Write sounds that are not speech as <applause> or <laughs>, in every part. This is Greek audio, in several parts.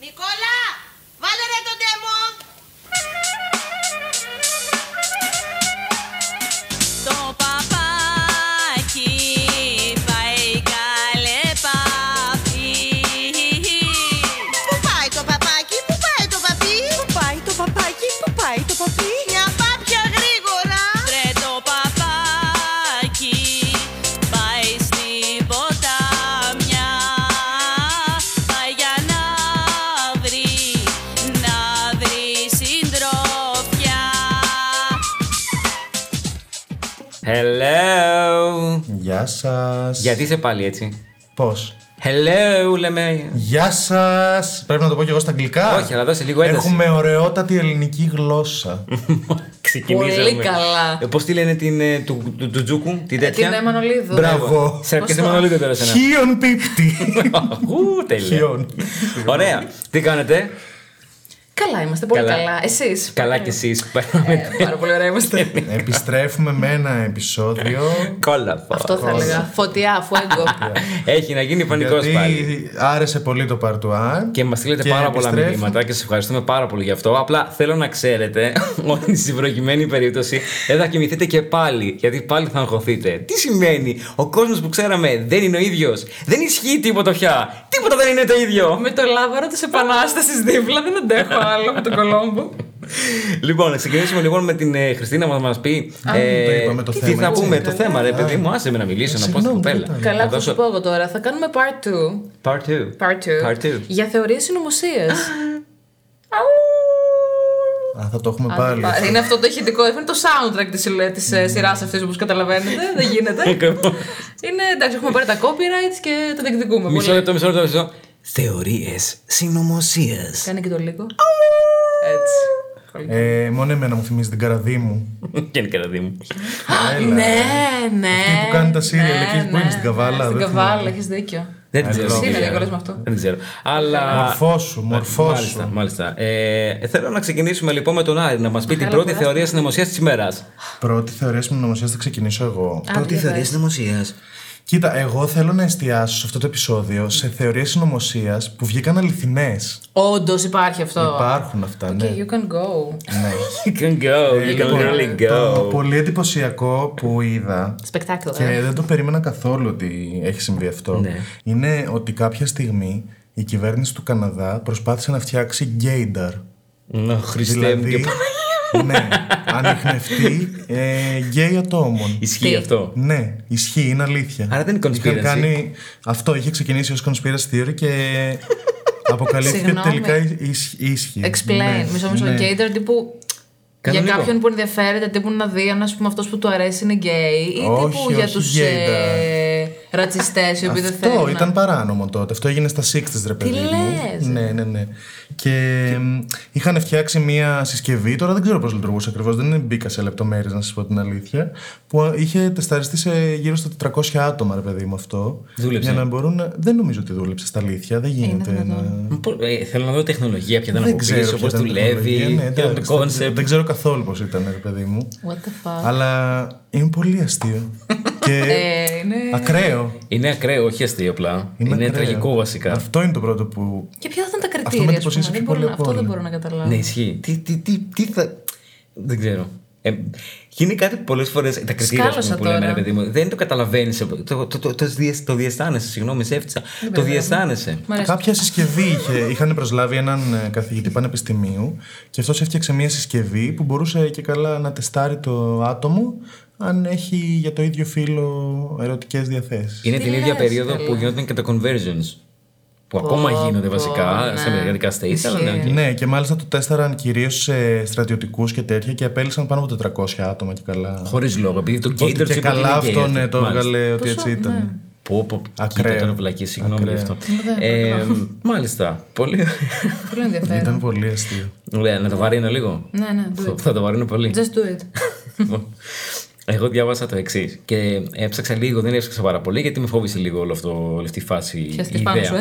Νικόλα, βάλε ρε τον τέμο. Το παπάκι πάει καλέ παπί. Πού πάει το παπάκι, πού πάει το παπί. Πού πάει το παπάκι, πού πάει το παπί. Μια πάπια γρήγορα. Ρε το παπάκι πάει στην ποτάμια. Πάει για να βρει, να βρει συντροφιά. Hello. Γεια σα. Γιατί είσαι πάλι έτσι. Πώς. Hello, λέμε. Γεια σας. Πρέπει να το πω και εγώ στα αγγλικά. Όχι, αλλά δώσε λίγο ένταση. Έχουμε ωραιότατη ελληνική <laughs> γλώσσα. Ξεκινήσαμε. Πολύ καλά. Ε, Πώς τη λένε την, ε, του, του, του Τζούκου, την τέτοια. Την Εμμανολίδου. Μπράβο. Σε αρκετή μονολίγο τώρα σένα. Χίον πίπτη. <laughs> Αχού, τέλεια. Χιόν. Ωραία. Τι κάνετε. Καλά είμαστε, πολύ Καλά. καλά. Εσείς. Καλά κι εσεί. Ε, πάρα πολύ ωραία <laughs> είμαστε. Επιστρέφουμε με ένα επεισόδιο. Κόλαφο. Αυτό θα έλεγα. Φωτιά, φουέγκο. Έχει να γίνει πανικό πάλι. Γιατί άρεσε πολύ το παρτουά. Και μας στείλετε πάρα πολλά μηνύματα και σας ευχαριστούμε πάρα πολύ γι' αυτό. Απλά θέλω να ξέρετε <laughs> ότι στην προκειμένη περίπτωση δεν θα κοιμηθείτε και πάλι, γιατί πάλι θα αγχωθείτε. Τι σημαίνει, ο κόσμος που ξέραμε δεν είναι ο ίδιος. Δεν ισχύει τίποτα πια. Τίποτα δεν είναι το ίδιο. Με το λάβαρο της επανάστασης δίπλα δεν αντέχω άλλο με τον Κολόμπο. Λοιπόν, να ξεκινήσουμε λοιπόν με την ε, Χριστίνα που θα μας πει. ε, το είπαμε το τι, θέμα, τι θα έτσι. πούμε, το θέμα, ρε παιδί Α. μου, άσε με να μιλήσω, να πω στην Συγγνώμη, κοπέλα. δεν ήταν. Καλά, Να θα σου δώσω- πω εγώ τώρα. Θα κάνουμε part 2. Part 2. Part 2. Part two. Για θεωρίες συνωμοσία. Α, θα το έχουμε πάλι. Είναι αυτό το ηχητικό. Είναι το soundtrack της σειράς αυτής, όπως καταλαβαίνετε. Δεν <laughs> γίνεται. Ακριβώς. Είναι εντάξει, έχουμε πάρει τα copyrights και τα διεκδικούμε. Μισό Πολύ. λεπτό, μισό λεπτό, μισό. Θεωρίες συνωμοσίας. Κάνε και το λίγο. Έτσι. Ε, μόνο εμένα μου θυμίζει την καραδί μου. <laughs> Γενικά τα δίμου. Έλα. Ναι, ναι. Αυτή που κάνει τα serial εκεί που είναι στην καβάλα, Στην δεν καβάλα, θυμάμαι. έχεις δίκιο. Δεν την I ξέρω. love την you. ξέρω. Σίγουρα δεν αυτό. Δεν την ξέρω. Αλλά. Ε, Μορφώσου, Μάλιστα, μορφώσου. μάλιστα. Ε, θέλω να ξεκινήσουμε λοιπόν με τον Άρη να μας πει την πρώτη θεωρία συνωμοσίας της ημέρας. Πρώτη θεωρία συνωμοσίας θα ξεκινήσω εγώ. για πες. συνωμοσίας. Κοίτα, εγώ θέλω να εστιάσω σε αυτό το επεισόδιο σε θεωρίες συνωμοσίας που βγήκαν αληθινές. Όντως υπάρχει αυτό. Υπάρχουν αυτά, ναι. Okay, you can go. ναι. You can go, you can Λοιπόν, really Το go. πολύ εντυπωσιακό που είδα Σπεκτάκλο. και δεν το περίμενα καθόλου ότι έχει συμβεί αυτό Ναι. είναι ότι κάποια στιγμή η κυβέρνηση του Καναδά προσπάθησε να φτιάξει γκέινταρ. Να χριστέ μου και Δηλαδή, πα- ναι, ανιχνευτή ε, γκέι ατόμων. Ισχύει Τι. αυτό. Ναι, ισχύει, είναι αλήθεια. Άρα δεν είναι conspiracy. Είχαν κάνει... Αυτό είχε ξεκινήσει ως conspiracy theory <laughs> και αποκαλύφθηκε ότι Συγγνώμη. τελικά ίσ- ίσ- ίσχυε. ναι, Explain. Μισό μισό γκέιτερ τύπου. Κανονικό. Για κάποιον που ενδιαφέρεται, τύπου να δει αν ας πούμε, αυτός που του αρέσει είναι γκέι, ή τύπου Όχι, για όχι τους γκέιντα. ε, ρατσιστές οι οποίοι δεν θέλουν. Αυτό να- ήταν παράνομο τότε. Αυτό έγινε στα 60s, ρε παιδί λες? μου. Ναι, ναι, ναι. Και μ, είχαν φτιάξει μία συσκευή, τώρα δεν ξέρω πώς λειτουργούσε ακριβώς, δεν μπήκα σε λεπτομέρειες να σας πω την αλήθεια. Που είχε τεσταριστεί σε γύρω στα 400 άτομα, ρε παιδί μου αυτό. Δούλεψε. Για να μπορούν. να- Δεν νομίζω ότι δούλεψε στα αλήθεια, Ε, δεν γίνεται. να- Μ, πο- ε, Θέλω να δω τεχνολογία, ποια ήταν από πίσω, πώ Ναι. ποια ήταν η δουλεύει, τεχνολογία. ποιο Ναι, είναι εντάξει, το δεν- Δεν κόνσεπτ. ξέρω καθόλου πώς ήταν, ρε παιδί μου. What the fuck. Αλλά είναι πολύ <laughs> αστείο. και Ε, είναι... ακραίο. Είναι ακραίο, όχι αστείο απλά. Είναι ακραίο. τραγικό βασικά. Αυτό είναι το πρώτο που. Και ποια ήταν τα με κριτήρια, ας πούμε. εντυπωσίασε Δεν πιο μπορώ πολύ να- απ' Αυτό δεν όλα. μπορώ να καταλάβω. Ναι, ισχύει. Τι, τι, τι, τι θα. Δεν ξέρω. Ε, γίνει κάτι που πολλές φορές. Τα κριτήρια ας πούμε, Σκάλωσα που λέμε, τώρα. ρε παιδί μου, δεν το καταλαβαίνεις. Το, το, το, το, διεσ- το διαισθάνεσαι, συγγνώμη, σε έφτιαξα. Ναι, Το διαισθάνεσαι. Μ' αρέσει. Κάποια συσκευή είχε, είχαν προσλάβει έναν ε, καθηγητή πανεπιστημίου και αυτός έφτιαξε μια συσκευή που μπορούσε και καλά να τεστάρει το άτομο αν έχει για το ίδιο φύλλο ερωτικές διαθέσεις. Είναι Τι την ίδια λες, περίοδο καλέ. που γινόταν και τα conversions. Που ακόμα γίνονται βασικά ναι. σε μερικά states. Αλλά ναι, οκ. Ναι, και μάλιστα το τέσταραν κυρίως σε στρατιωτικούς και τέτοια και απέλησαν πάνω από 400 άτομα και καλά. Χωρίς λόγο. Επειδή το Ότι gator και καλά αυτό ναι, το έβγαλε ότι Πόσο, έτσι ήταν. Πω, πω, κοίτα Ακραίο. τώρα βλακή, συγγνώμη γι' Ακραίο. αυτό. Ε, μάλιστα. Πολύ. <laughs> Πολύ ενδιαφέρον. Ήταν πολύ αστείο. Ωραία, να το βαρύνω λίγο. Ναι, ναι, do Θα- it. Θα το βαρύνω πολύ. Just do it. Λοιπόν, <laughs> Εγώ διάβασα το εξής και έψαξα λίγο, δεν έψαξα πάρα πολύ γιατί με φόβησε λίγο όλο αυτό, όλη αυτή η φάση. η Πιάστηκες πάνω ιδέα. σου,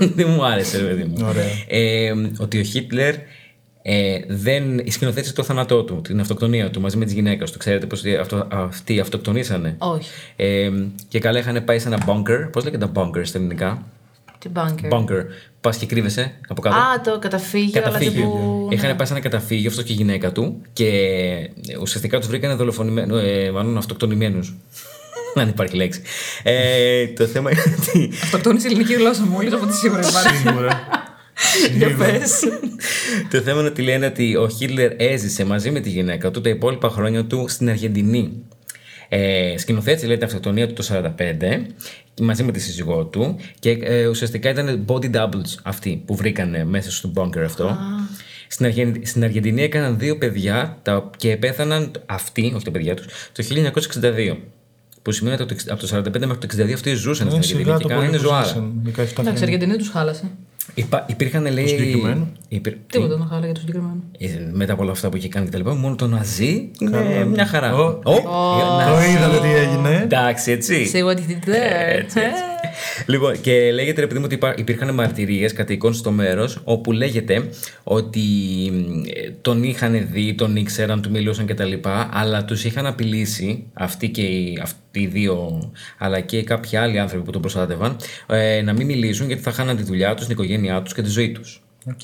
ε. <laughs> δεν μου άρεσε, ρε παιδί μου. Ωραία. Ε, ότι ο Χίτλερ ε, δεν σκηνοθέτησε το θάνατό του, την αυτοκτονία του μαζί με τη γυναίκα του. Ξέρετε πώ αυτοί αυτοκτονήσανε. Όχι. Ε, και καλά είχαν πάει σε ένα bunker. Πώς λέγεται bunker στα ελληνικά. Τι bunker. Bunker. Πας και κρύβεσαι από κάτω. Α, το καταφύγιο, αλλά ναι. τύπου. Είχαν πάει σε ένα καταφύγιο αυτός και η γυναίκα του και ε, ουσιαστικά τους βρήκανε δολοφονημένους, ε, μάλλον <laughs> αυτοκτονημένους. Αν υπάρχει λέξη. Ε, το θέμα είναι ότι. Αυτοκτόνησε η ελληνική γλώσσα μου, όλες από τη σίγουρα υπάρχει. Σίγουρα. Για πες. το θέμα είναι ότι λένε ότι ο Χίτλερ έζησε μαζί με τη γυναίκα του τα υπόλοιπα χρόνια του στην Αργεντινή. Ε, σκηνοθέτησε λέει την αυτοκτονία του το 1945 μαζί με τη σύζυγό του και ε, ουσιαστικά ήταν body doubles αυτοί που βρήκανε μέσα στον bunker αυτό. Στην, Αργεν- στην Αργεντινή έκαναν δύο παιδιά τα, και επέθαναν αυτοί, όχι τα παιδιά τους, το 1962. Που σημαίνει ότι από το- από το 45 μέχρι το 62 αυτοί ζούσαν στην Είναι Αργεντινή Ε, και κάνανε Ναι, σιγά το πολύ που ζωάρα. ζήσαν, 17 Εντάξει, η χρόνια. Αργεντινή τους χάλασε. Υπά, υπήρχαν λέει. συγκεκριμένο. Υπήρ... Τίποτα δεν χάλασε για το συγκεκριμένο. Ε, Μετά από όλα αυτά που είχε κάνει και τα λοιπά, μόνο το Ναζί είναι μια χαρά. Ω. Ω, να- Ναι. Το είδατε τι έγινε. Εντάξει, έτσι. Say what you did there. Ε, Έτσι, Ε. έτσι. Λοιπόν, και λέγεται ρε παιδί μου ότι υπά- υπήρχαν μαρτυρίες κατοικών στο μέρος όπου λέγεται ότι ε, τον είχαν δει, τον ήξεραν, του μιλούσαν κτλ. Αλλά τους είχαν απειλήσει αυτοί και οι, αυτοί οι δύο, αλλά και κάποιοι άλλοι άνθρωποι που τον προστάτευαν, ε, να μην μιλήσουν γιατί θα χάναν τη δουλειά τους, την οικογένειά τους και τη ζωή τους. Οκ.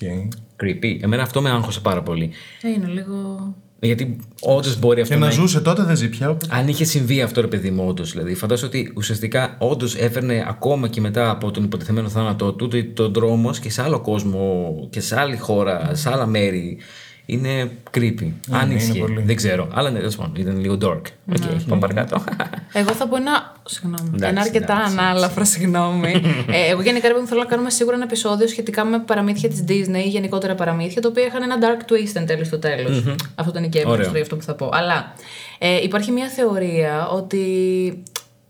Creepy. Εμένα αυτό με άγχωσε πάρα πολύ. Ε, Είναι λίγο. Γιατί όντως μπορεί αυτό Και να Ε, να ζούσε τότε δεν ζει πια. οπότε- αν είχε συμβεί αυτό, ρε παιδί μου, όντως. Δηλαδή, φαντάζομαι ότι ουσιαστικά όντως έφερνε ακόμα και μετά από τον υποτιθέμενο θάνατό του το- τον τρόμο και σε άλλο κόσμο και σε άλλη χώρα, σε άλλα μέρη. Είναι creepy. Αν Ναι, είναι ισχύει. πολύ. Δεν ξέρω. Αλλά ναι, τέλος πάντων, ήταν λίγο dark. Οκ, ναι. πάμε παρακάτω. <laughs> Εγώ θα πω ένα. Συγγνώμη. Εντάξει, ένα αρκετά εντάξει, ανάλαφρο, <laughs> συγγνώμη. ε, εγώ γενικά ρε παιδί μου, θέλω να κάνουμε σίγουρα ένα επεισόδιο σχετικά με παραμύθια της Disney ή γενικότερα παραμύθια, τα οποία είχαν ένα dark twist εν τέλει στο τελο Αυτό ήταν η Ωραίο. κέφαλη για αυτό που θα πω. Αλλά ε, υπάρχει μια θεωρία ότι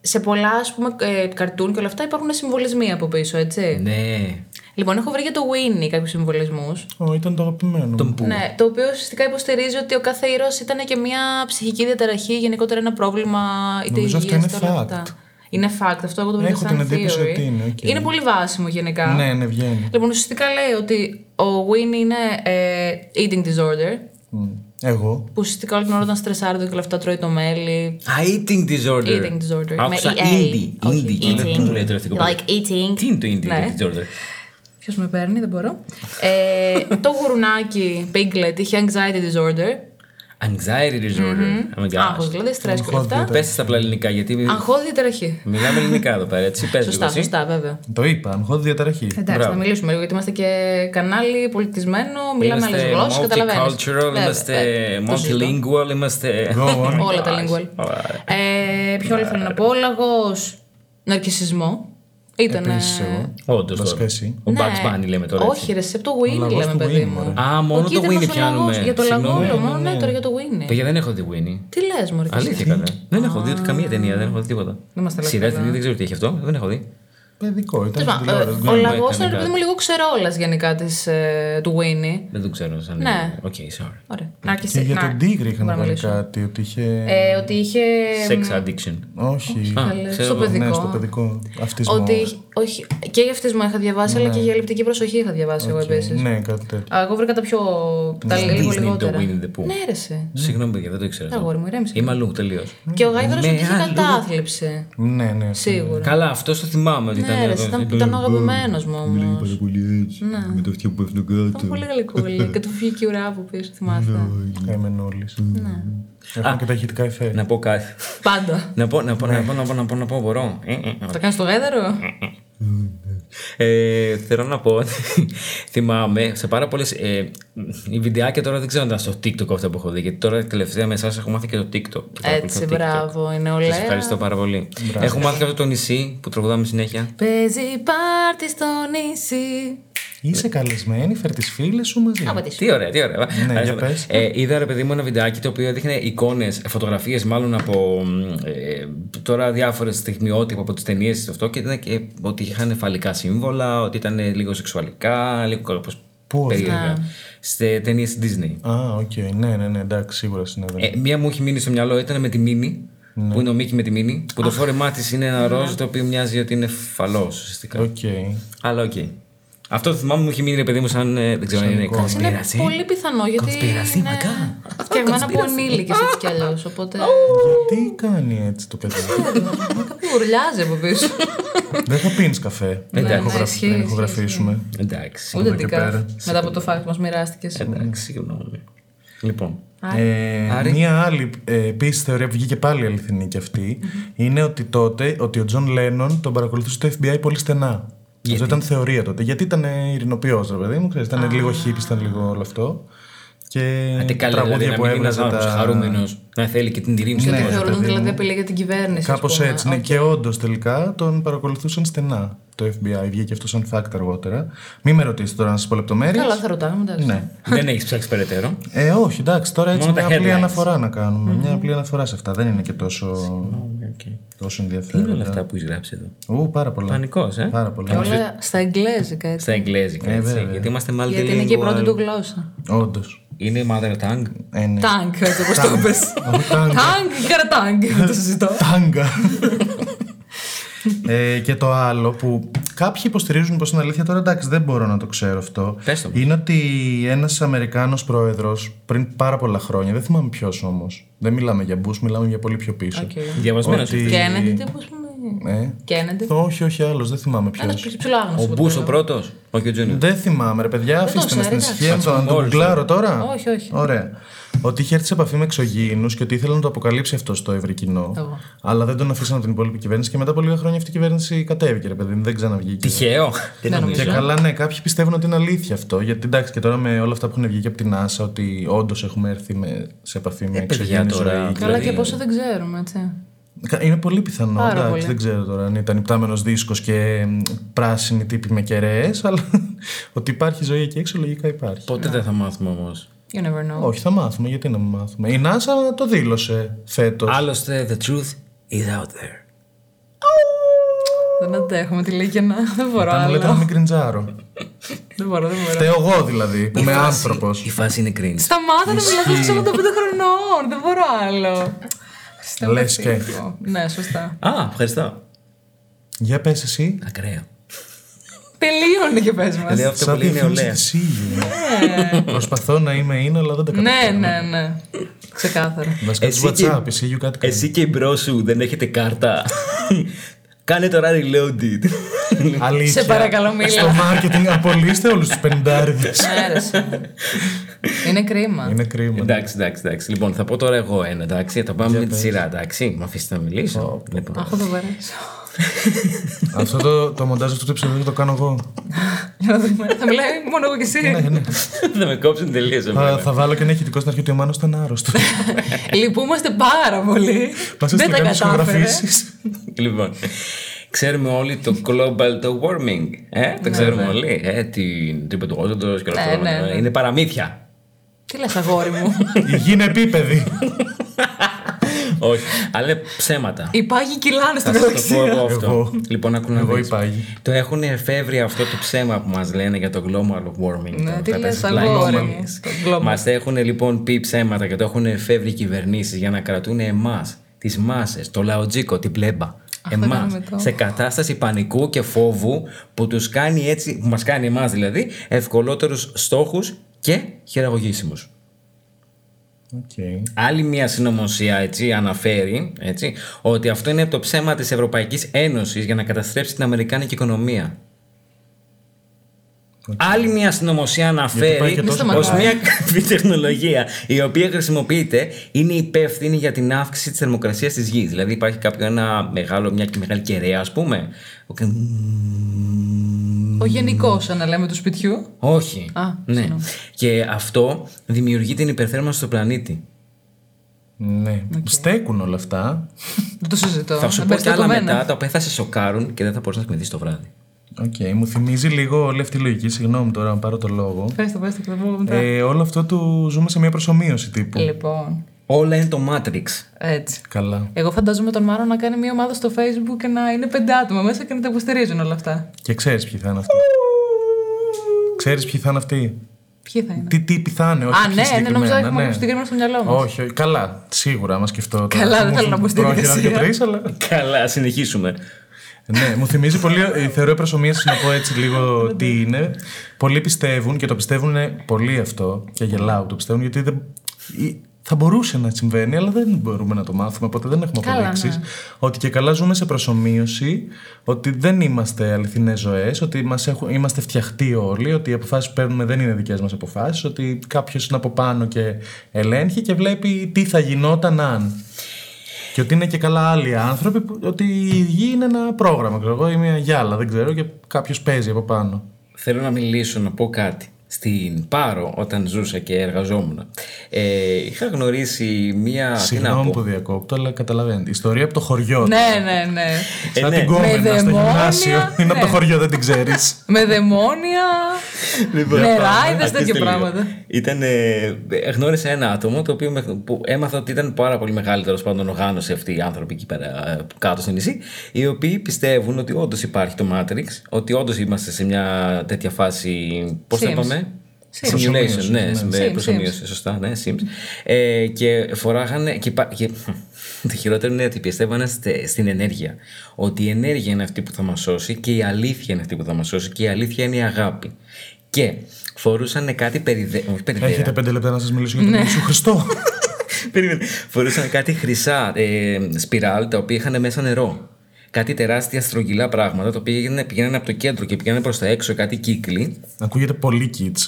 σε πολλά ας πούμε ε, καρτούν και όλα αυτά υπάρχουν συμβολισμοί από πίσω, έτσι. ναι. Λοιπόν, έχω βρει για το Winnie κάποιους συμβολισμούς. Ω, ήταν το αγαπημένο. Τον μου. που. Ναι, το οποίο ουσιαστικά υποστηρίζει ότι ο κάθε ήρωας ήταν και μια ψυχική διαταραχή, γενικότερα ένα πρόβλημα είτε Νομίζω αυτό υγεία είναι είτε όλα fact. Ναι, αυτά. Είναι fact, αυτό εγώ το βρήκα Έχω σαν την εντύπωση theory. ότι είναι, οκ. Είναι πολύ βάσιμο γενικά. Ναι, ναι, βγαίνει. Λοιπόν, ουσιαστικά λέει ότι ο Win είναι ε, eating disorder, Μμ. Εγώ. που ουσιαστικά όλη την ώρα όταν στρεσάρεται και όλα αυτά τρώει το μέλι. Α, eating disorder. Eating disorder. Ναι. Άκουσα E με EA. indie. Όχι, Indie. και λέω, eating. Τι μου λέει το ελευθερικό Like eating. Τι είναι το indie Ναι. disorder. Ποιος με παίρνει, δεν μπορώ. ε, το γουρουνάκι Piglet είχε anxiety disorder. Anxiety disorder. Oh my gosh. Άγχος δηλαδή, στρες και όλα αυτά. Πες στα απλά ελληνικά, γιατί Αγχώδη διαταραχή. μιλάμε ελληνικά εδώ πέρα. Έτσι, πες λίγο Σωστά, εσύ. σωστά, βέβαια. Το είπα, αγχώδη διαταραχή. Εντάξει, Μπράβο. θα μιλήσουμε λίγο γιατί είμαστε και κανάλι πολιτισμένο, μιλάμε άλλες γλώσσες, καταλαβαίνεις. multicultural, Βέβαια, είμαστε ε, το συζητώ. multilingual, είμαστε... Go on. <laughs> Όλα τα lingual. Ε, Ποιο άλλο θέλω να πω, λαγό ναρκισισμό. Ήταν. Ε, Επίσης εγώ. Όντως Βασικά τώρα. εσύ. Ο Bugs Bunny λέμε τώρα. Ναι. Όχι, έτσι. ρε, σε το Ο Winnie λαγός λέμε, του παιδί Winnie, μου. μωρέ. Α, μόνο Ο το κίτρινος Winnie ο πιάνουμε. λαγός, Για το Συγγνώμη. λαγό, λέω, μόνο ναι, τώρα για το Winnie. Παιδιά, δεν έχω δει Winnie. Τι λες, Μωρή. Αλήθεια καλά. Δεν έχω δει ούτε καμία ταινία, δεν έχω δει τίποτα. είμαστε λάθος, Σειρά αλλά. ταινία, δεν ξέρω τι έχει αυτό, δεν έχω δει. Παιδικό, ήταν στην τηλεόραση. ε, Ο Ναι. λαγός έκανε είναι ρε παιδί μου κάτι. λίγο ξερόλα γενικά της, ε, του Winnie. Δεν το ξέρω σαν... Ναι. Οκ, sorry. Ωραία. Να Και για τον Τίγρη είχαν βάλει κάτι, ότι είχε. Ε, ότι είχε. Sex addiction. Όχι. Α, Καλέ, ξέρω στο εγώ, παιδικό. Ναι, στο παιδικό. Αυτισμό. Ότι. είχε- Όχι, και για αυτισμό είχα διαβάσει, αλλά και για ελλειπτική προσοχή είχα διαβάσει εγώ επίσης. Ναι, κάτι τέτοιο. Εγώ βρήκα τα πιο. τα λίγο Ναι, Disney το λιγότερα. Winnie the Pooh. Ναι, ρε, σε. Συγγνώμη, παιδιά, δεν το ήξερα. αυτό. Αγόρι μου, ηρέμησε. Είμαι αλλού, τελείως. Και ο Γάιδαρο Με ότι είχε άλλο. κατάθλιψη. Ναι, ναι. Σίγουρα. Καλά, αυτός το θυμάμαι ότι Ναι, ήταν. ρε, εδώ. ήταν, ήταν ο αγαπημένος μου όμω. Πάρα πολύ έτσι. Με τα αυτιά που πέφτουν κάτω. Ναι. Ήταν πολύ γλυκούλη <laughs> και του φύγει και ουρά από πίσω, θυμάστε. Καημενούλη. Ναι. Έχουν και τα ηχητικά εφέ. Να πω κάτι. Πάντα. Να πω, να πω, να πω, να πω, να πω, να πω, μπορώ. Ε, ε, ε. Το κάνεις το γάιδαρο. Ναι. Ε, θέλω να πω ότι <laughs> θυμάμαι σε πάρα πολλές. Ε, οι βιντεάκια τώρα δεν ξέρω αν ήταν στο TikTok αυτά που έχω δει. Γιατί τώρα τελευταία με εσάς έχω μάθει και το TikTok. και παρακολουθώ Έτσι, TikTok. μπράβο, είναι Σας ωραία. ευχαριστώ πάρα πολύ. Έχω μάθει και αυτό το νησί που τραγουδάμε συνέχεια. Παίζει πάρτι στο νησί. Είσαι καλεσμένη, φέρ τις φίλες σου μαζί. Από τις Τι ωραία, τι ωραία. Ναι, για Ε, πες. ε, είδα ρε παιδί μου ένα βιντεάκι το οποίο έδειχνε εικόνες, φωτογραφίες μάλλον από μ, ε, τώρα διάφορες στιγμιότυπα από τις ταινίες αυτό και ήταν και ότι είχαν φαλικά σύμβολα, ότι ήταν λίγο σεξουαλικά, λίγο κάπως Πού αυτά? περίεργα. Σε ταινίες Disney. Α, οκ, ναι, ναι, ναι, εντάξει, σίγουρα συνέβαινε. Ε, μία μου έχει μείνει στο μυαλό ήταν με τη Μίνη. Ναι. Που είναι ο Μίκη με τη Μίνη. Που το Ε. φόρεμά τη είναι ένα ροζ το οποίο μοιάζει ότι είναι φαλός ουσιαστικά. Οκ. Αλλά οκ. Αυτό το θυμάμαι μου έχει μείνει, ρε παιδί μου, σαν. ε, δεν ξέρω αν είναι Σαν εικόνα. Είναι κονσπίραση. πολύ πιθανό γιατί. Κονσπίραση, είναι μαγκά. Φτιαγμένο από ενήλικε έτσι κι αλλιώς. Οπότε. Γιατί κάνει έτσι το <laughs> παιδί. Κάποιο ουρλιάζει από πίσω. δεν θα πίνεις καφέ. Ναι, Δεν ναι, ηχογραφ- ισχύει, Δεν ισχύει, ηχογραφήσουμε. Εντάξει. Ούτε και τι πέρα. ναι, Μετά από το φάκ μας μοιράστηκες. Εντάξει, συγγνώμη. Ναι. Λοιπόν. Ε, Άρη. μία άλλη επίσης θεωρία που βγήκε πάλι αληθινή κι αυτη είναι ότι τότε ότι ο Τζον Λένον τον παρακολουθούσε το FBI πολύ στενά. Αυτό ήταν θεωρία τότε. Γιατί ήταν ε, ειρηνοποιός, ρε παιδί μου, ξέρεις, ήταν λίγο χίπη, ήταν λίγο όλο αυτό. Και Άντε Ε, τα καλέ, δηλαδή, να μην είναι ένας άνθρωπος χαρούμενος, να θέλει και την τιρήμη. Και Ναι, το ρε θεωρούν παιδί δηλαδή μου. απειλή για την κυβέρνηση. ας Κάπως πούμε. έτσι, ναι. Και όντως τελικά τον παρακολουθούσαν στενά το FBI. Βγήκε αυτός σαν fact αργότερα. Μην με ρωτήσετε τώρα να σας πω λεπτομέρειες. Καλά, θα ρωτάμε εντάξει. Ναι. Δεν έχεις ψάξει περαιτέρω. Ε, όχι, εντάξει, τώρα έτσι Μόνο μια τα απλή headlines. αναφορά να κάνουμε. Μια απλή αναφορά σε αυτά. Δεν είναι και τόσο, τόσο Τι είναι όλα ενδιαφέροντα. αυτά που έχεις γράψει εδώ. Ού, πάρα πολλά. Πανικός, ε. Πάρα Και πολλά. όλα στα εγγλέζικα έτσι. Στα εγγλέζικα, Ε, έτσι. βέβαια. Γιατί είμαστε Γιατί είναι και η πρώτη multilingual. του γλώσσα. Όντως. Είναι mother tongue. Ε, ναι. Τάγκ, έτσι όπως το είπες. Τάγκα. Τάγκ, καρατάγκ. <laughs> Δεν το συζητώ. Τάγκα. Ε, και το άλλο που κάποιοι υποστηρίζουν πως είναι αλήθεια τώρα εντάξει δεν μπορώ να το ξέρω αυτό Πες το μου. είναι ότι ένας Αμερικάνος πρόεδρος πριν πάρα πολλά χρόνια δεν θυμάμαι ποιος όμως δεν μιλάμε για Bush μιλάμε για πολύ πιο πίσω Διαβασμένος. Ότι- Κένεντι, τι πώς ναι, λέμε. ε, Κένεντι. όχι όχι άλλος δεν θυμάμαι Ένας ποιος Ο ψηλοάγνωστος. που Μπούς το ο λέω. πρώτος, όχι ο Τζούνιος. Δεν θυμάμαι, ρε παιδιά, το αφήστε με στην ξέρω, ησυχία μου. εντάξει. Τον Όλους, τον κλάρω τώρα. Όχι, όχι. Ωραία. Ότι είχε έρθει σε επαφή με εξωγήινους και ότι ήθελε να το αποκαλύψει αυτό στο ευρύ κοινό. Εγώ. Αλλά δεν τον αφήσαν από την υπόλοιπη κυβέρνηση και μετά από λίγα χρόνια αυτή η κυβέρνηση κατέβηκε, ρε παιδί μου, δεν ξαναβγήκε. Τυχαίο. Δεν Και ε. νομίζω. καλά, ναι, κάποιοι πιστεύουν ότι είναι αλήθεια αυτό. Γιατί εντάξει, και τώρα με όλα αυτά που έχουν βγει και από την NASA, ότι όντως έχουμε έρθει με, σε επαφή με Ε, παιδιά, εξωγήινη τώρα. ζωή. Καλά Δηλαδή- και πόσο δεν ξέρουμε, έτσι. Κα- Είναι πολύ πιθανό. Πάρα εντάξει, πολύ. Δεν ξέρω τώρα αν ήταν υπτάμενος δίσκος και μ, πράσινοι τύποι με κεραίες, αλλά <laughs> ότι υπάρχει ζωή εκεί έξω, λογικά υπάρχει. Ποτέ δεν θα μάθουμε όμως. You never know. Όχι, θα μάθουμε. Γιατί να μην μάθουμε. Η NASA το δήλωσε φέτος. Άλλωστε, the truth is out there. Δεν αντέχουμε τη λίγαινα. Δεν μπορώ Μου λέτε να άλλο. μην κριντζάρω. Δεν μπορώ, δεν μπορώ. Φταίω εγώ δηλαδή, που είμαι Η φάση- άνθρωπος. Η φάση είναι cringe. Σταμάτα να μιλάς από 85 χρονών. Δεν μπορώ άλλο. Χριστέ μου, Λες και. θύμιο. Ναι, σωστά. Α, ευχαριστώ. Για πες εσύ. Ακραίο. Τελείωνε και πες μας. Λέω αυτό που Σαν λέει η διαφήμιση νεολαία. Ναι. της Ήλιου. Προσπαθώ να είμαι είναι, αλλά δεν τα Ναι, καταφέρνω. ναι, ναι. Ξεκάθαρα. Μα κάνει Εσύ και- WhatsApp, εσύ Ήλιου κάτι Εσύ και η μπρο σου δεν έχετε κάρτα. Κάνε τώρα reloaded. κάνει. Αλήθεια. Σε παρακαλώ, μίλα. Στο marketing απολύστε όλους τους πεντάριδες. Άρεσε. <laughs> Είναι κρίμα. Είναι κρίμα. εντάξει, εντάξει, εντάξει. Λοιπόν, θα πω τώρα εγώ ένα, εντάξει. Θα πάμε με τη σειρά, εντάξει. Μ' αφήσετε να μιλήσω. Λοιπόν. Αχ, το περάσω. Αυτό το, το μοντάζ αυτού του επεισοδίου το κάνω εγώ. Για να δούμε. Θα μιλάει μόνο εγώ και Ναι, εσύ. <laughs> θα με κόψουν τελείως. θα, θα βάλω και ένα ηχητικό στην αρχή ότι ο Μάνος ήταν άρρωστος. <laughs> Λυπούμαστε πάρα πολύ. Μας Δεν έστειλε τα κάποιες κατάφερε. ηχογραφήσεις. λοιπόν, ξέρουμε όλοι το global το warming. Ε, το ξέρουμε όλοι. Ε, την τρυπετουργόντο και όλα Ναι, αυτά. τα ναι, πράγματα. ναι. Είναι παραμύθια. <laughs> Τι λες αγόρι μου. Η γη είναι επίπεδη. Όχι, αλλά είναι ψέματα. Οι πάγοι κυλάνε στην Θα σας το πω καλαξία. εγώ αυτό. Εγώ. Λοιπόν, ακούω να Εγώ δεις. υπάγει. Το έχουν εφεύρει αυτό το ψέμα που μας λένε για το global warming. Ναι, τα- τι τα- τα λες, πλάι- αγόρι. μας. Το global. Μας έχουν λοιπόν πει ψέματα και το έχουν εφεύρει οι κυβερνήσεις για να κρατούν εμάς, τις μάσες, το λαοτζίκο, την πλέμπα. το Εμάς. κάνουμε το. Σε κατάσταση πανικού και φόβου που τους κάνει έτσι, που μας κάνει εμάς δηλαδή, ευκολότερους στόχους και χειραγωγήσιμους. Οκ. Άλλη μια συνωμοσία έτσι, αναφέρει έτσι, ότι αυτό είναι το ψέμα της Ευρωπαϊκής Ένωσης για να καταστρέψει την Αμερικάνικη οικονομία. Άλλη μια συνωμοσία πάει αναφέρει και τόσο ως καλά. μια καλή τεχνολογία η οποία χρησιμοποιείται είναι υπεύθυνη για την αύξηση της θερμοκρασίας της γης. Δηλαδή υπάρχει κάποιο ένα μεγάλο, μια μεγάλη κεραία ας πούμε. Ο γενικό, να λέμε, του σπιτιού. Όχι. Α, ναι. συγγνώμη. Και αυτό δημιουργεί την υπερθέρμανση στο πλανήτη. Ναι. Στέκουν όλα αυτά. Δεν το συζητώ. Θα σου πω Δεν παίρνεις και άλλα δεδομένα. μετά τα οποία θα σε σοκάρουν και δεν θα μπορείς να κοιμηθείς το βράδυ. Οκ, μου θυμίζει λίγο όλη αυτή η λογική. Συγγνώμη τώρα να πάρω το λόγο. Πες το, πες το, θα πούμε μετά. Ε, όλο αυτό του ζούμε σε μια προσωμείωση Ε. τύπου. Λοιπόν, Όλα είναι το Matrix. έτσι. Καλά. Εγώ φαντάζομαι τον Μάρο να κάνει μια ομάδα στο Facebook και να είναι πέντε άτομα μέσα και να τα υποστηρίζουν όλα αυτά. Και ξέρεις ποιοι θα είναι αυτοί. Ξέρεις ποιοι θα είναι αυτοί. Ποιοι θα είναι. Τι τύποι θα είναι, όχι Α, ποιοι ναι, ναι, συγκεκριμένα, νόμιζα έχουμε ναι. συγκεκριμένα στο μυαλό μας. Όχι, όχι, καλά. Σίγουρα, άμα σκεφτώ. τώρα. Καλά, δεν θέλω να μπω στη Πρόχειρα διαδικασία. δύο-τρεις, αλλά. Καλά, συνεχίσουμε. Ναι, μου θυμίζει πολύ. ε, Θεωρώ οι προσωμίες, να πω έτσι λίγο τι είναι. Πολλοί πιστεύουν και το πιστεύουν πολύ αυτό και γελάω το πιστεύουν γιατί δεν. ή- Θα μπορούσε να συμβαίνει, αλλά δεν μπορούμε να το μάθουμε, οπότε δεν έχουμε Καλά, αποδείξεις. ναι. Ότι και καλά ζούμε σε προσωμείωση, ότι δεν είμαστε αληθινές ζωές, ότι μας έχουν, είμαστε φτιαχτοί όλοι, ότι οι αποφάσεις που παίρνουμε δεν είναι δικές μας αποφάσεις, ότι κάποιος είναι από πάνω και ελέγχει και βλέπει τι θα γινόταν αν. Και ότι είναι και καλά άλλοι άνθρωποι, που, ότι η γη είναι ένα πρόγραμμα, ξέρω εγώ, ή μια γυάλα, δεν ξέρω, και κάποιος παίζει από πάνω. Θέλω να μιλήσω, να πω κάτι. Στην Πάρο, όταν ζούσα και εργαζόμουν, ε, είχα γνωρίσει μία. τι να Συγγνώμη πω. που διακόπτω, αλλά καταλαβαίνετε. Ιστορία από το χωριό. Ναι, ναι, ναι. Σαν Ε, ναι. την κόμενα Με στο δαιμόνια, γυμνάσιο. ναι. Είναι από το χωριό, δεν την ξέρεις. <laughs> Με δαιμόνια. Λοιπόν, Νεράιδε, Ακούστε τέτοια λίγο. πράγματα. Ήταν, ε, γνώρισα ένα άτομο το οποίο με, που έμαθα ότι ήταν πάρα πολύ μεγάλη τέλο πάντων οργάνωση αυτοί οι άνθρωποι εκεί πέρα ε, κάτω στο νησί, οι οποίοι πιστεύουν ότι όντως υπάρχει το Matrix, ότι όντως είμαστε σε μια τέτοια φάση. Πώς το Sims. είπαμε, Sims. Simulation, ναι, Sims, ναι. προσωμείωση, σωστά, ναι, Sims. Ε, και φοράγανε. Και, υπά- και, <laughs> το χειρότερο είναι ότι πιστεύανε στε- στην ενέργεια. Ότι η ενέργεια είναι αυτή που θα μας σώσει και η αλήθεια είναι αυτή που θα μας σώσει και η αλήθεια είναι η αγάπη. Και φορούσαν κάτι περιδέ... όχι περιδέα. Έχετε πέντε λεπτά να σας μιλήσω Ναι. για τον Ιησού <laughs> Χριστό. Περίμενε. Φορούσαν κάτι χρυσά ε, σπιράλ τα οποία είχαν μέσα νερό. Κάτι τεράστια στρογγυλά πράγματα τα οποία πήγαιναν, πήγαιναν από το κέντρο και πήγαιναν προς τα έξω, κάτι κύκλοι. Ακούγεται πολύ kids.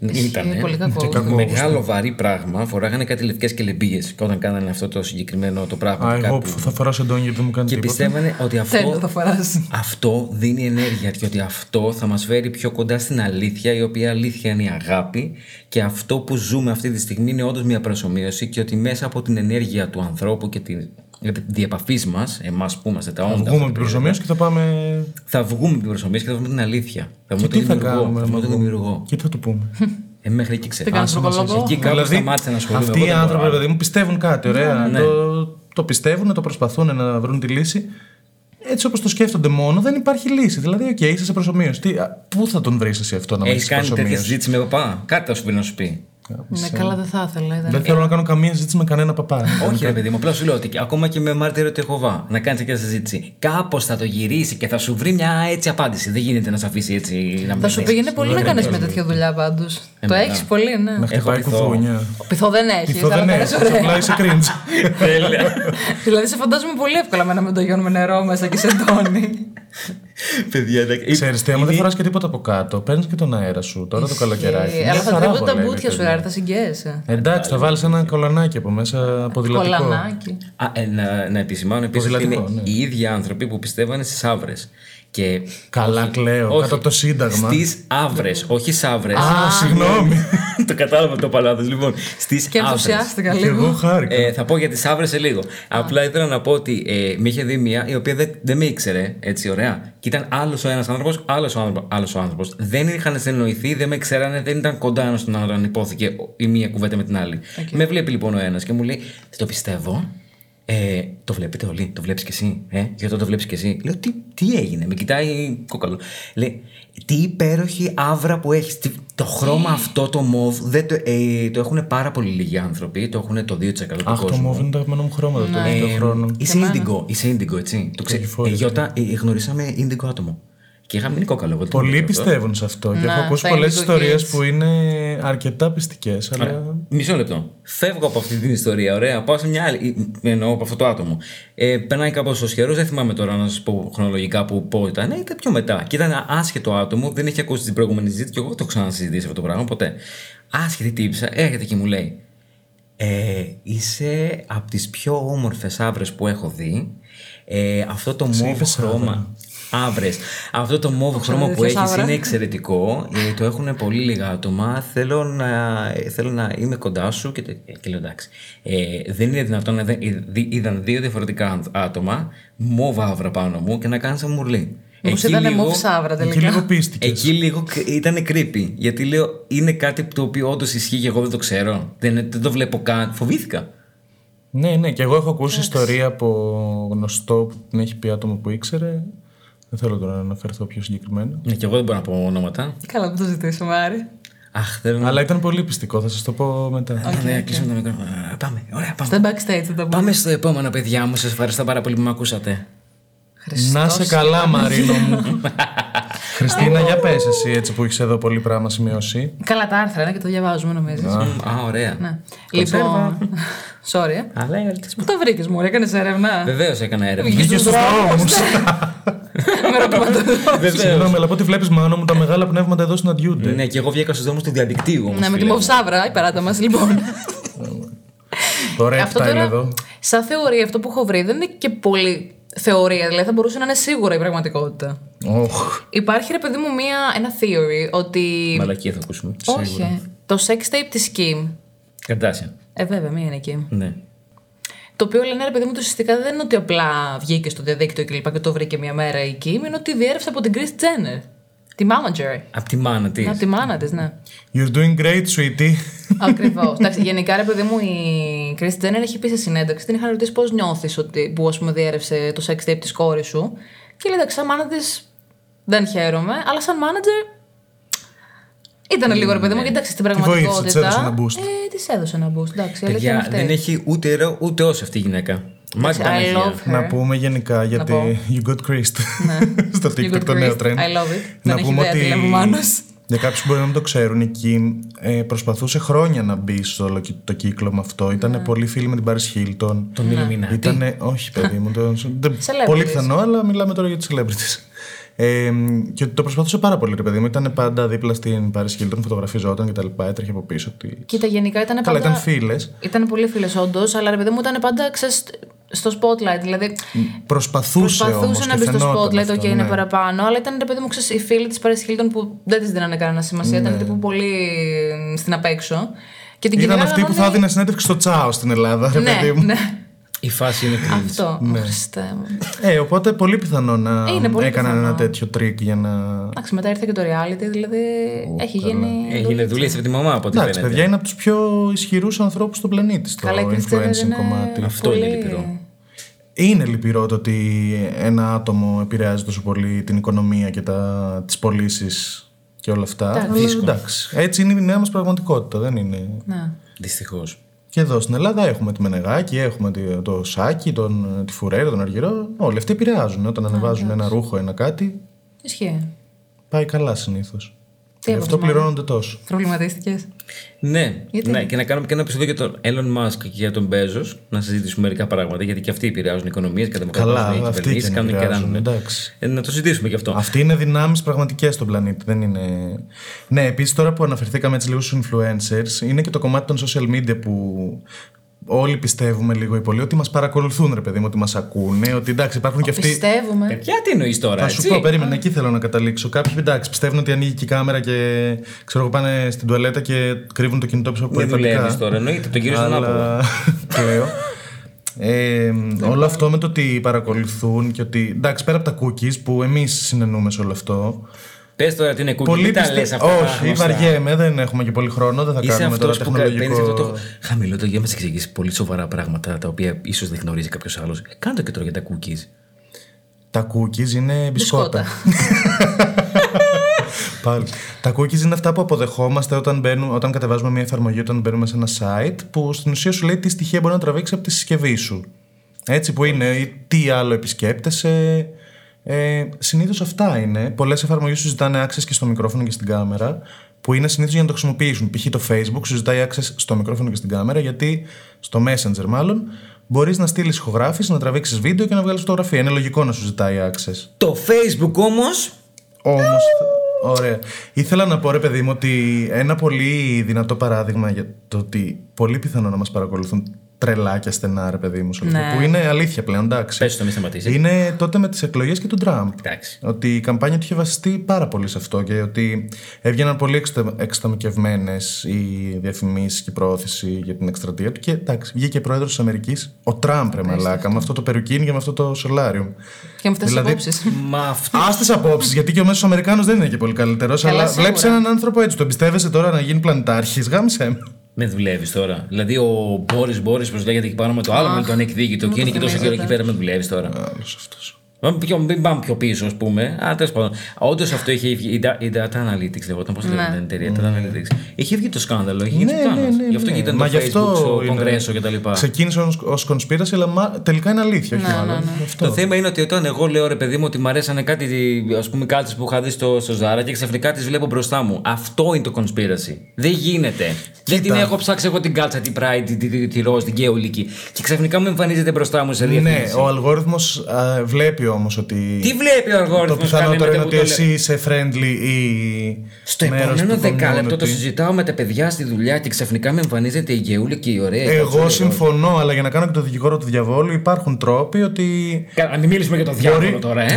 Ήτανε. Είναι πολύ κακό. κακό. Μεγάλο βαρύ πράγμα. Φοράγανε κάτι λευκές κελεμπίε όταν κάνανε αυτό το συγκεκριμένο το πράγμα. Α, του εγώ κάπου. θα φοράσω εντόνι γιατί δεν μου κάνει Και τίποτα. πιστεύανε ότι Θέλω να το αυτό, φοράς. αυτό δίνει ενέργεια και ότι αυτό θα μας φέρει πιο κοντά στην αλήθεια η οποία αλήθεια είναι η αγάπη και αυτό που ζούμε αυτή τη στιγμή είναι όντως μια προσωμείωση και ότι μέσα από την ενέργεια του ανθρώπου και τη διεπαφής μας, εμάς που είμαστε τα Θα όντα, βγούμε από την προσωμείωση και θα πάμε. θα βγούμε από την προσωμείωση και θα βρούμε την αλήθεια. Θα Και βρούμε τι τον θα δημιουργό. κάνουμε. Θα βρούμε τον δημιουργό. Και τι θα του πούμε. <laughs> Ε, μέχρι εκεί Δεν ξέρω. κάνω προκολόγο. Εκεί κάπου σταμάτησε να ασχολούμαι. Δηλαδή, εγώ δεν Αυτοί οι μπορώ άνθρωποι, άλλο. ρε παιδί μου, πιστεύουν κάτι, ωραία. Ναι. Το, το πιστεύουν, το προσπαθούν να βρουν τη λύση. Έτσι όπως το σκέφτονται μόνο, δεν υπάρχει λύση. Δηλαδή, οκ, είσαι σε προσωμείωση. Τι, α, πού θα τον βρεις εσύ αυτό να μην Έχει σε κάνει τέτοια προσωμείωση. συζήτηση με παπά. Κάτι θα σου πει να σου πει. Ναι, καλά, δεν θα ήθελα. ήταν- Δεν θέλω να κάνω καμία συζήτηση με κανένα παπά. Όχι, ρε παιδί μου, απλά σου λέω ότι ακόμα και με μάρτυρο του Ιεχωβά να κάνεις τέτοια συζήτηση. Κάπως θα το γυρίσει και θα σου βρει μια έτσι απάντηση. Δεν γίνεται να σε αφήσει έτσι να μην Θα σου λες. πήγαινε πολύ να κάνεις μια τέτοια δουλειά πάντως. Ε, Το μετά. έχεις πολύ, ναι. Να χτυπάει πειθό. κουθούνια. Πειθό δεν έχει. Πειθό δεν έχει. Απλά είσαι cringe. <laughs> Τέλεια. <laughs> Δηλαδή σε φαντάζομαι πολύ εύκολα με ένα μεταγιόν με νερό μέσα και σε τόνι. Παιδιά, εντάξει. Ξέρεις τι, άμα δεν φοράς και τίποτα από κάτω, παίρνεις και τον αέρα σου. Τώρα το καλοκαιράκι. Ε, Μια Αλλά θα χαρά κρύβονται τα βολεύει, μπουτια σου, παιδιά. άρα θα συγκέεσαι. Εντάξει, θα βάλεις ένα κολανάκι από μέσα ποδηλατικό. Κολανάκι. Α, ε, να, να επισημάνω επίσης ότι είναι Ποδηλατικό, ναι. οι ίδιοι άνθρωποι που πιστεύανε στις άβρε. Και Καλά, κλαίω. Κάτω από το Σύνταγμα. Στις άβρες, όχι στι άβρες. Α, ναι. συγγνώμη. <laughs> το κατάλαβα το παλάδο. Λοιπόν, στις Και ενθουσιάστηκα Και εγώ λίγο. χάρηκα. Ε, θα πω για τις άβρες σε λίγο. Απλά ήθελα να πω ότι ε, με είχε δει μία η οποία δεν, δεν με ήξερε έτσι ωραία. Και ήταν άλλος ο ένας άνθρωπος, άλλος ο, άνθρω- άλλος ο άνθρωπος. Δεν είχαν συνεννοηθεί, δεν με ξέρανε, δεν ήταν κοντά ένας στον άλλον. Υπόθηκε η μία κουβέντα με την άλλη. Με βλέπει λοιπόν ο ένας και μου λέει: «Δεν Το πιστεύω. Ε, το βλέπετε όλοι, το βλέπεις κι εσύ. Ε, γι' αυτό το βλέπεις κι εσύ. Λέω: τι, τι έγινε, με κοιτάει κόκαλο. Λέει: Τι υπέροχη άβρα που έχεις. Το χρώμα αυτό, το μοβ, δεν το, ε, το έχουν πάρα πολύ λίγοι άνθρωποι. Το έχουν το 2% του Αχ, το κόσμου. μόβ είναι τα αγαπημένα μου χρώματα Ναι. το Ε, τελευταίο χρόνο. Είσαι ίντιγκο, είσαι ίντιγκο, έτσι. Το ξέρει. Κυφόρης, Γιώτα, ε, γνωρίσαμε ίντιγκο άτομο. Και είχα Ε, μείνει κόκαλο. εγώ, το Πολλοί θυμάμαι αυτό. πιστεύουν σε αυτό και Να, έχω ακούσει τα πολλέ indigo ιστορίε kids. που είναι αρκετά πιστικές. Αλλά Μισό λεπτό. Φεύγω από αυτή την ιστορία, ωραία. Πάω σε μια άλλη. ε, Εννοώ από αυτό το άτομο. Ε, περνάει κάπως ο καιρός, δεν θυμάμαι τώρα να σας πω χρονολογικά που πότε ήταν. Ε, ήταν πιο μετά. Και ήταν ένα άσχετο άτομο, δεν έχει ακούσει την προηγούμενη συζήτηση και εγώ δεν το ξανασυζητήσει αυτό το πράγμα ποτέ. Άσχετη τύψα, έρχεται και μου λέει. Ε, είσαι από τις πιο όμορφες άβρες που έχω δει. Ε, αυτό το μόβ είπες χρώμα. Άβρες. Αυτό το μόβ χρώμα που ποιος έχεις άβρα. είναι εξαιρετικό. Ε, το έχουν πολύ λίγα άτομα. Θέλω να, ε, θέλω να είμαι κοντά σου και, τέτοια. και λέω εντάξει. Ε, δεν είναι δυνατόν να δεν- ε, δι- είδαν δύο διαφορετικά αν- άτομα μόβ άβρα πάνω μου και να κάνεις σαν μουρλί. Μήπως Εκεί ήταν λίγο- μόβ σαύρα εκεί λίγο τελικά. πίστηκες. Εκεί λίγο ήταν creepy. Γιατί λέω, είναι κάτι το οποίο όντως ισχύει και εγώ δεν το ξέρω. Δεν, δεν το βλέπω καν. Φοβήθηκα. Ναι, ναι, και εγώ έχω ακούσει ιστορία από γνωστό που την έχει πει άτομο που ήξερε. Δεν θέλω τώρα να αναφερθώ πιο συγκεκριμένα. Ναι, και εγώ δεν μπορώ να πω ονόματα. <laughs> Καλά που το ζητήσουμε, Άρη. Αχ, θέλω να. Αλλά ήταν πολύ πιστικό, θα σας το πω μετά. Α, ναι, κλείσουμε το μικρόφωνο. Α, Πάμε, ωραία, πάμε. Στα backstage θα τα πούμε. Πάμε στο επόμενο, παιδιά μου. Σας ευχαριστώ πάρα πολύ που με ακούσατε. Να σε καλά, Μαρίνο <laughs> μου. Χριστίνα, για πες εσύ έτσι που έχεις εδώ πολύ πράγμα σημειώσει. Καλά τα άρθρα είναι και το διαβάζουμε νομίζω. Α, ωραία. Ναι. Λοιπόν. <laughs> Sorry. ε. Alert. Πού τα βρήκες, Μωρή, έκανες έρευνα. Βεβαίως έκανα έρευνα. Βγήκες Βγήκες Ε, στους στους δρόμους. Με ρωτηματολόγο. Βεβαίως. Συγγνώμη, αλλά από ό,τι βλέπεις μάνο μου τα μεγάλα πνεύματα εδώ συναντιούνται. Ναι, και εγώ βγήκα στους δρόμους του διαδικτύου. όμως, Ναι, με τη φίλε. μουσάβρα, η παράτα μας λοιπόν. Το ρεύτα είναι εδώ. σαν θεωρία, αυτό που έχω βρει δεν είναι και πολύ θεωρία. Δηλαδή, θα μπορούσε να είναι σίγουρα η πραγματικότητα. Οχ. Υπάρχει, ρε παιδί μου, μία, ένα theory ότι. Μαλακία θα ακούσουμε. Όχι. Το sex tape της Kim. Καρτάσια. Ε, βέβαια, μία είναι Kim. Ναι. Το οποίο λένε, ρε παιδί μου, το ουσιαστικά δεν είναι ότι απλά βγήκε στο διαδίκτυο και λοιπά και το βρήκε μία μέρα η Kim, είναι ότι διέρευσε από την Chris Jenner. Τη manager. Απ' τη μάνα της. Από τη μάνα της, ναι. You're doing great, sweetie. Ακριβώς. Εντάξει, γενικά ρε παιδί μου, η Chris Jenner έχει πει σε συνέντευξη, την είχαν ρωτήσει πώς νιώθεις ότι που ας πούμε διέρευσε το sex tape της κόρης σου. Και λέει εντάξει, σαν μάνα της δεν χαίρομαι, αλλά σαν manager ήταν λίγο ρε παιδί μου, γιατί εντάξει στην Ναι. βοήθησε, της πραγματικότητα. έδωσε ένα boost. Ε, της έδωσε ένα boost, εντάξει. η αλήθεια Παιδιά, είναι αυτή. δεν έχει ούτε ρεό ούτε όσο αυτή η γυναίκα. Μάτι I Παναγία. love her. Να πούμε γενικά γιατί πω. <laughs> Ναι. you got Christ <laughs> στο You TikTok got το νέο Christ. trend. I love it. Δεν έχει ιδέα τι λέμε, Μάνος. για κάποιους που μπορεί να μην το ξέρουν, η Kim ε, προσπαθούσε χρόνια να μπει στο όλο κοι- το κύκλωμα αυτό. Ήταν Ναι. πολύ φίλη με την Paris Hilton. Το μήνυμα μήνα. Ήτανε, όχι παιδί μου, <laughs> το, δεν- Celebrities. πολύ πιθανό, αλλά μιλάμε τώρα για τις celebrities. Ε, και το προσπαθούσε πάρα πολύ, ρε παιδί μου. Ήταν πάντα δίπλα στην Paris Hilton, φωτογραφιζόταν και τα λοιπά, έτρεχε από πίσω. Τι... Κοίτα, γενικά ήταν Καλά, πάντα. ήταν φίλες. Ήταν πολύ φίλες, όντως, αλλά ρε παιδί μου ήταν πάντα ξέρεις, στο spotlight. Δηλαδή, Προσπαθούσε, όμως, προσπαθούσε να και μπει στο φαινόταν spotlight, αυτό, ok, είναι ναι. παραπάνω, αλλά ήταν ρε παιδί μου, ξέρεις, οι φίλοι της Paris Hilton που δεν της δίνανε κανένα σημασία, ήταν τύπου πολύ στην απέξω. Και την Ναι. Ήταν κυνηγάγανε αυτή που θα όλοι- έδινε συνέντευξη στο Τσάο στην Ελλάδα, ρε παιδί Ναι, μου. ναι. ναι, Η φάση είναι cringe. αυτό. Χριστέ μου. Ε, οπότε πολύ πιθανό να Είναι πολύ έκαναν πιθανό. ένα τέτοιο τρίκ για να. Εντάξει, μετά ήρθε και το reality, δηλαδή έχει γίνει. Έγινε δουλειά από τη μαμά από ό,τι Εντάξει, παιδιά, φαίνεται. είναι από τους πιο ισχυρούς ανθρώπους στον πλανήτη στο Καλά, η Chris Jenner influencing είναι κομμάτι. Αυτό πολύ- είναι λυπηρό. Είναι λυπηρό το ότι ένα άτομο επηρεάζει τόσο πολύ την οικονομία και τα... τις πωλήσεις και όλα αυτά. Αλλά Δύσκολο. Εντάξει. Έτσι είναι η νέα μας πραγματικότητα, δεν είναι. Ναι. Δυστυχώς. Και εδώ στην Ελλάδα έχουμε τη Μενεγάκη, έχουμε τη- το Σάκι, τον, τη Φουρέρα, τον Αργυρό. Όλοι αυτοί επηρεάζουν. Όταν ανεβάζουν ένα ρούχο, ένα κάτι, Ισχύει. πάει καλά συνήθως. Γι' έπαθες, αυτό πληρώνονται τόσο. Προβληματίστηκες. Ναι, Γιατί? ναι, και να κάνουμε και ένα επεισόδιο για τον Elon Musk και για τον Μπέζο να συζητήσουμε μερικά πράγματα. Γιατί και αυτοί επηρεάζουν οικονομίε και Καλά, δημοκρατίε. αυτοί και να κάνουν και επηρεάζουν, κάνουν. εντάξει. Ε, να το συζητήσουμε και αυτό. Αυτοί είναι δυνάμεις πραγματικές στον πλανήτη. Δεν είναι... Ναι, επίσης τώρα που αναφερθήκαμε έτσι λίγο στους influencers, είναι και το κομμάτι των social media που όλοι πιστεύουμε λίγο ή πολύ ότι μας παρακολουθούν, ρε παιδί μου, ότι μας ακούνε, ότι εντάξει υπάρχουν και αυτοί. Πιστεύουμε. Παιδιά, Ε, τι εννοείς τώρα, Θα έτσι. σου πω, περίμενα, εκεί θέλω να καταλήξω. Κάποιοι εντάξει, πιστεύουν ότι ανοίγει και η κάμερα και ξέρω εγώ πάνε στην τουαλέτα και κρύβουν το κινητό πίσω από Δεν εφατικά. δουλεύει τώρα, εννοείται. Τον κύριο στον άποδο. <laughs> Αλλά κλαίω. Ε, όλο αυτό με το ότι παρακολουθούν και ότι. Εντάξει, πέρα από τα cookies που εμείς συνενούμε σε όλο αυτό. Πες τώρα τι είναι κούκκι, Πολύ τι τα πιστε- λες αυτά. Όχι, γνωστά. βαριέμαι, δεν έχουμε και πολύ χρόνο, δεν θα Είσαι κάνουμε αυτός τώρα που παίρνει τεχνολογικό. αυτό το. Χαμηλό το για να μα εξηγήσει πολύ σοβαρά πράγματα τα οποία ίσως δεν γνωρίζει κάποιος άλλος. Ε, κάντε και τώρα για τα cookies. Τα cookies είναι μπισκότα. Πάλι. Τα cookies είναι αυτά που αποδεχόμαστε όταν, μπαίνουμε, όταν κατεβάζουμε μια εφαρμογή, όταν μπαίνουμε σε ένα site, που στην ουσία σου λέει τι στοιχεία μπορεί να τραβήξει από τη συσκευή σου. Έτσι που είναι, ή τι άλλο επισκέπτεσαι. Ε, συνήθως αυτά είναι. Πολλές εφαρμογές σου ζητάνε access και στο μικρόφωνο και στην κάμερα, που είναι συνήθως για να το χρησιμοποιήσουν. Π.χ. το Facebook σου ζητάει access στο μικρόφωνο και στην κάμερα, γιατί στο Messenger μάλλον μπορείς να στείλεις ηχογράφηση, να τραβήξεις βίντεο και να βγάλεις φωτογραφία. Είναι λογικό να σου ζητάει access. Το Facebook όμως. Όμως. Ωραία. Ήθελα να πω, ρε παιδί μου, ότι ένα πολύ δυνατό παράδειγμα για το ότι πολύ πιθανό να μας παρακολουθούν τρελά και στενά, ρε παιδί μου, σε όλο αυτό, Ναι. που είναι αλήθεια πλέον, εντάξει. Πες το, μην σταματήσεις. Είναι τότε με τις εκλογές και του Τραμπ. Εντάξει. Ότι η καμπάνια του είχε βασιστεί πάρα πολύ σε αυτό και ότι έβγαιναν πολύ εξταμικευμένε οι διαφημίσεις και η προώθηση για την εκστρατεία του. Και εντάξει, βγήκε πρόεδρος της Αμερικής ο Τραμπ, ρε Μαλάκα, με αυτό το περουκίνι και με αυτό το σολάριο. Και με αυτές τις Δηλαδή, απόψεις. Μα αυτό. Ας τις απόψεις, γιατί και ο μέσος Αμερικάνος δεν είναι και πολύ καλύτερος. Αλλά σίγουρα. βλέπεις έναν άνθρωπο έτσι. Τον πιστεύεσαι τώρα να γίνει πλανητάρχης. Γάμισε με. Με δουλεύεις τώρα. Δηλαδή ο Μπόρις Μπόρις, όπω λέγεται εκεί πάνω με το άλλο, με τον εκδίκητο και είναι και τόσο καιρό εκεί πέρα με δουλεύεις τώρα. Άλλο αυτό. Μην πιο- Μην πάμε πιο πίσω, ας πούμε. Αλλά τέλος πάντων. Όντως αυτό είχε βγει. Η, Da- η Data Analytics λεγόταν. Πώ λέγεται την εταιρεία, Data Analytics. Είχε βγει το σκάνδαλο. Ναι, Είχε γίνει το κάνος. Γι' αυτό και ήταν το Μα γι' Facebook, στο είναι- Κογκρέσο κτλ. Ξεκίνησε ως κονσπίραση, αλλά μα- τελικά είναι αλήθεια. όχι μάλλον. Αυτό. Ναι, Το θέμα είναι ότι όταν εγώ λέω ρε παιδί μου ότι μου αρέσανε κάτι, ας πούμε, κάτι που είχα δει στο, στο Ζάρα και ξαφνικά τις βλέπω μπροστά μου. Αυτό είναι το conspiracy. Δεν γίνεται. Δεν την έχω ψάξει εγώ την κάλτσα, την Pride, τη, τη, τη, τη ροζ, την γκέολικη. Και ξαφνικά μου εμφανίζεται μπροστά μου σε Ναι, διαφήμιση. ο αλγόριθμος βλέπει όμως ότι. Τι βλέπει ο Το αλγόριθμος κάνει πιθανότερο μετά είναι που ότι το εσύ είσαι friendly ή. Στο μέρος επόμενο του community. δεκάλεπτο το συζητάω με τα παιδιά στη δουλειά και ξαφνικά με εμφανίζεται η Γεούλη και η ωραία. η Εγώ Κατσούλη. συμφωνώ, αλλά για να κάνω και το δικηγόρο του διαβόλου, υπάρχουν τρόποι ότι. Κα- Να μην μιλήσουμε για το διάβολο τώρα, <laughs> ε.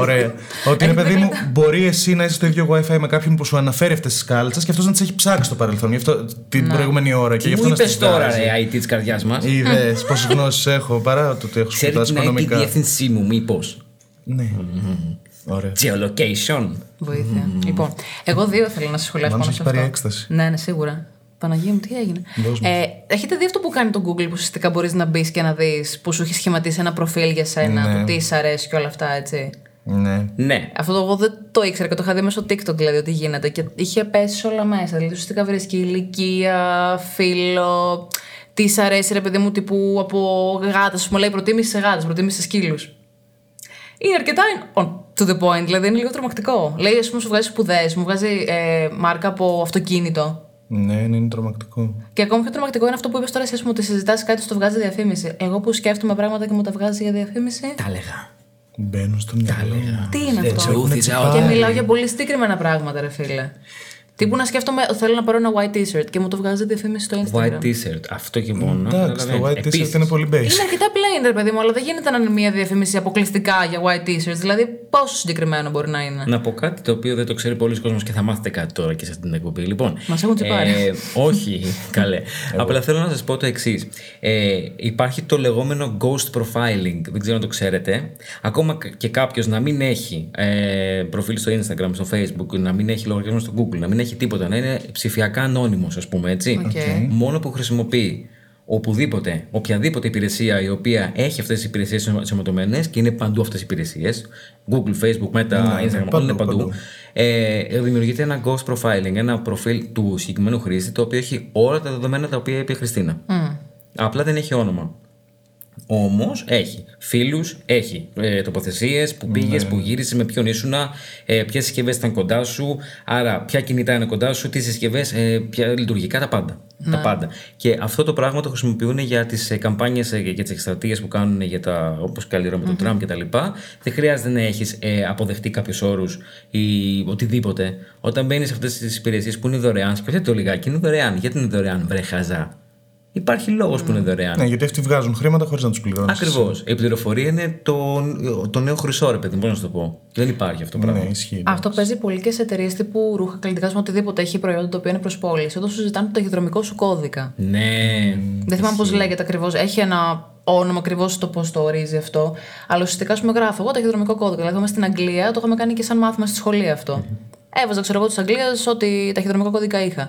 Ωραία. ότι ρε παιδί μου, μπορεί εσύ να είσαι στο ίδιο WiFi με κάποιον που σου αναφέρει αυτές τις κάλτσες και αυτός να τις έχει ψάξει στο παρελθόν. Γι' αυτό την προηγούμενη ώρα. Και γι' Ναι. Μου είπε αυτό να στις τώρα, <laughs> βγάζει. ρε, IT της καρδιάς μας. Είδες πόσες γνώσεις έχω παρά το ότι έχω Ξέρει σπουδάσει την Mm-hmm. IT οικονομικά. διεύθυνσή μου, μήπως. Ναι. Ωραία. Geolocation. Βοήθεια. Λοιπόν, εγώ δύο θέλω να σας σχολιάσω Μάλλον πάνω σου σε έχει αυτό. πάρει έκσταση. Ναι, ναι, σίγουρα. Παναγία μου, τι έγινε. Ε, έχετε δει αυτό που κάνει το Google που ουσιαστικά μπορείς να μπεις και να δεις που σου έχει σχηματίσει ένα προφίλ για σένα, Ναι. το τι σ' αρέσει και όλα αυτά, έτσι. Ναι. Ναι. Αυτό το εγώ δεν το ήξερα και το είχα δει μέσω TikTok δηλαδή ότι γίνεται και είχε πέσει όλα μέσα. Δηλαδή ουσιαστικά βρίσκει ηλικία, φίλο, τι σ' αρέσει ρε παιδί μου τύπου από γάτα. Σου μου λέει προτίμηση σε γάτες, προτίμηση σε σκύλους. Είναι αρκετά on to the point, δηλαδή είναι λίγο τρομακτικό. Λέει ας πούμε σου βγάζει σπουδές, μου βγάζει ε, μάρκα από αυτοκίνητο. Ναι, ναι, είναι τρομακτικό. Και ακόμα πιο τρομακτικό είναι αυτό που είπες τώρα, εσύ μου ότι συζητάς κάτι, σου το βγάζει διαφήμιση. Εγώ που σκέφτομαι πράγματα και μου τα βγάζει για διαφήμιση. Τα έλεγα. Μπαίνουν στο μυαλό. μου. Τι είναι αυτό. Τσούθησα Και όταν. μιλάω για πολύ συγκεκριμένα πράγματα, ρε φίλε. Τι που να σκέφτομαι, θέλω να πάρω ένα white t-shirt και μου το βγάζει διαφήμιση στο Instagram. White t-shirt. Αυτό και μόνο. Εντάξει, το white t-shirt είναι πολύ Είναι basic. αρκετά plain, ρε παιδί μου, αλλά δεν γίνεται να είναι μια διαφήμιση αποκλειστικά για white t-shirts. Δηλαδή, πόσο συγκεκριμένο μπορεί να είναι. Να πω κάτι το οποίο δεν το ξέρει πολλοί κόσμος και θα μάθετε κάτι τώρα και σε αυτήν την εκπομπή. Λοιπόν, Μας έχουν τσιπάρει. <laughs> όχι, καλέ. Απλά θέλω να σας πω το εξής. Ε, υπάρχει το λεγόμενο ghost profiling. Δεν ξέρω αν το ξέρετε. Ακόμα και κάποιος να μην έχει ε, προφίλ στο Instagram, στο Facebook, να μην έχει λογαριασμό στο Google, να μην έχει τίποτα, να είναι ψηφιακά ανώνυμος ας πούμε, έτσι. Οκ. Ε, Μόνο που χρησιμοποιεί οπουδήποτε, οποιαδήποτε υπηρεσία η οποία έχει αυτές τις υπηρεσίες ενσωματωμένες και είναι παντού αυτές οι υπηρεσίες, Google, Facebook, Meta, Instagram, όλα παντού, είναι παντού, παντού. Ε, δημιουργείται ένα ghost profiling, ένα προφίλ του συγκεκριμένου χρήστη το οποίο έχει όλα τα δεδομένα τα οποία είπε η Χριστίνα. Απλά δεν έχει όνομα. Όμως έχει φίλους, έχει ε, τοποθεσίες, που πήγες, Ναι. που γύρισες, με ποιον ήσουνα, ε, ποιες συσκευές ήταν κοντά σου, άρα ποια κινητά είναι κοντά σου, τι συσκευές, ε, ποια λειτουργικά, τα πάντα. Ναι. Τα πάντα. Και αυτό το πράγμα το χρησιμοποιούν για τις ε, καμπάνιες ε, και τις εκστρατείες που κάνουν για τα. όπως καλλιεργούν με τον Τραμπ κτλ. Δεν χρειάζεται να έχεις ε, αποδεχτεί κάποιους όρους ή οτιδήποτε. Όταν μπαίνεις σε αυτές τις υπηρεσίες που είναι δωρεάν, σκεφτείτε το λιγάκι, είναι δωρεάν. Γιατί είναι δωρεάν, βρε χαζά. Υπάρχει λόγος που είναι δωρεάν. Ναι, γιατί αυτοί βγάζουν χρήματα χωρίς να τους πληρώνεις. Ακριβώς. Η πληροφορία είναι το, το νέο χρυσό, ρε παιδί, μου, μπορώ να σου το πω. Δεν υπάρχει αυτό το πράγμα. Ναι, ισχύει. Αυτό παίζει πολύ και σε εταιρείες τύπου ρούχα, καλλιτικά με οτιδήποτε έχει προϊόντα τα οποία είναι προς πώληση. Όταν σου ζητάνε το ταχυδρομικό σου κώδικα. Ναι. Δεν θυμάμαι πώς λέγεται ακριβώς. Έχει ένα όνομα ακριβώς το πώς το ορίζει αυτό. Αλλά ουσιαστικά, ας πούμε, γράφω εγώ ταχυδρομικό κώδικα. Δηλαδή, είμαι στην Αγγλία, το είχαμε κάνει και σαν μάθημα στη σχολή αυτό. Έβαζα, ξέρω εγώ, τη Αγγλία ό,τι ταχυδρομικό κώδικα είχα.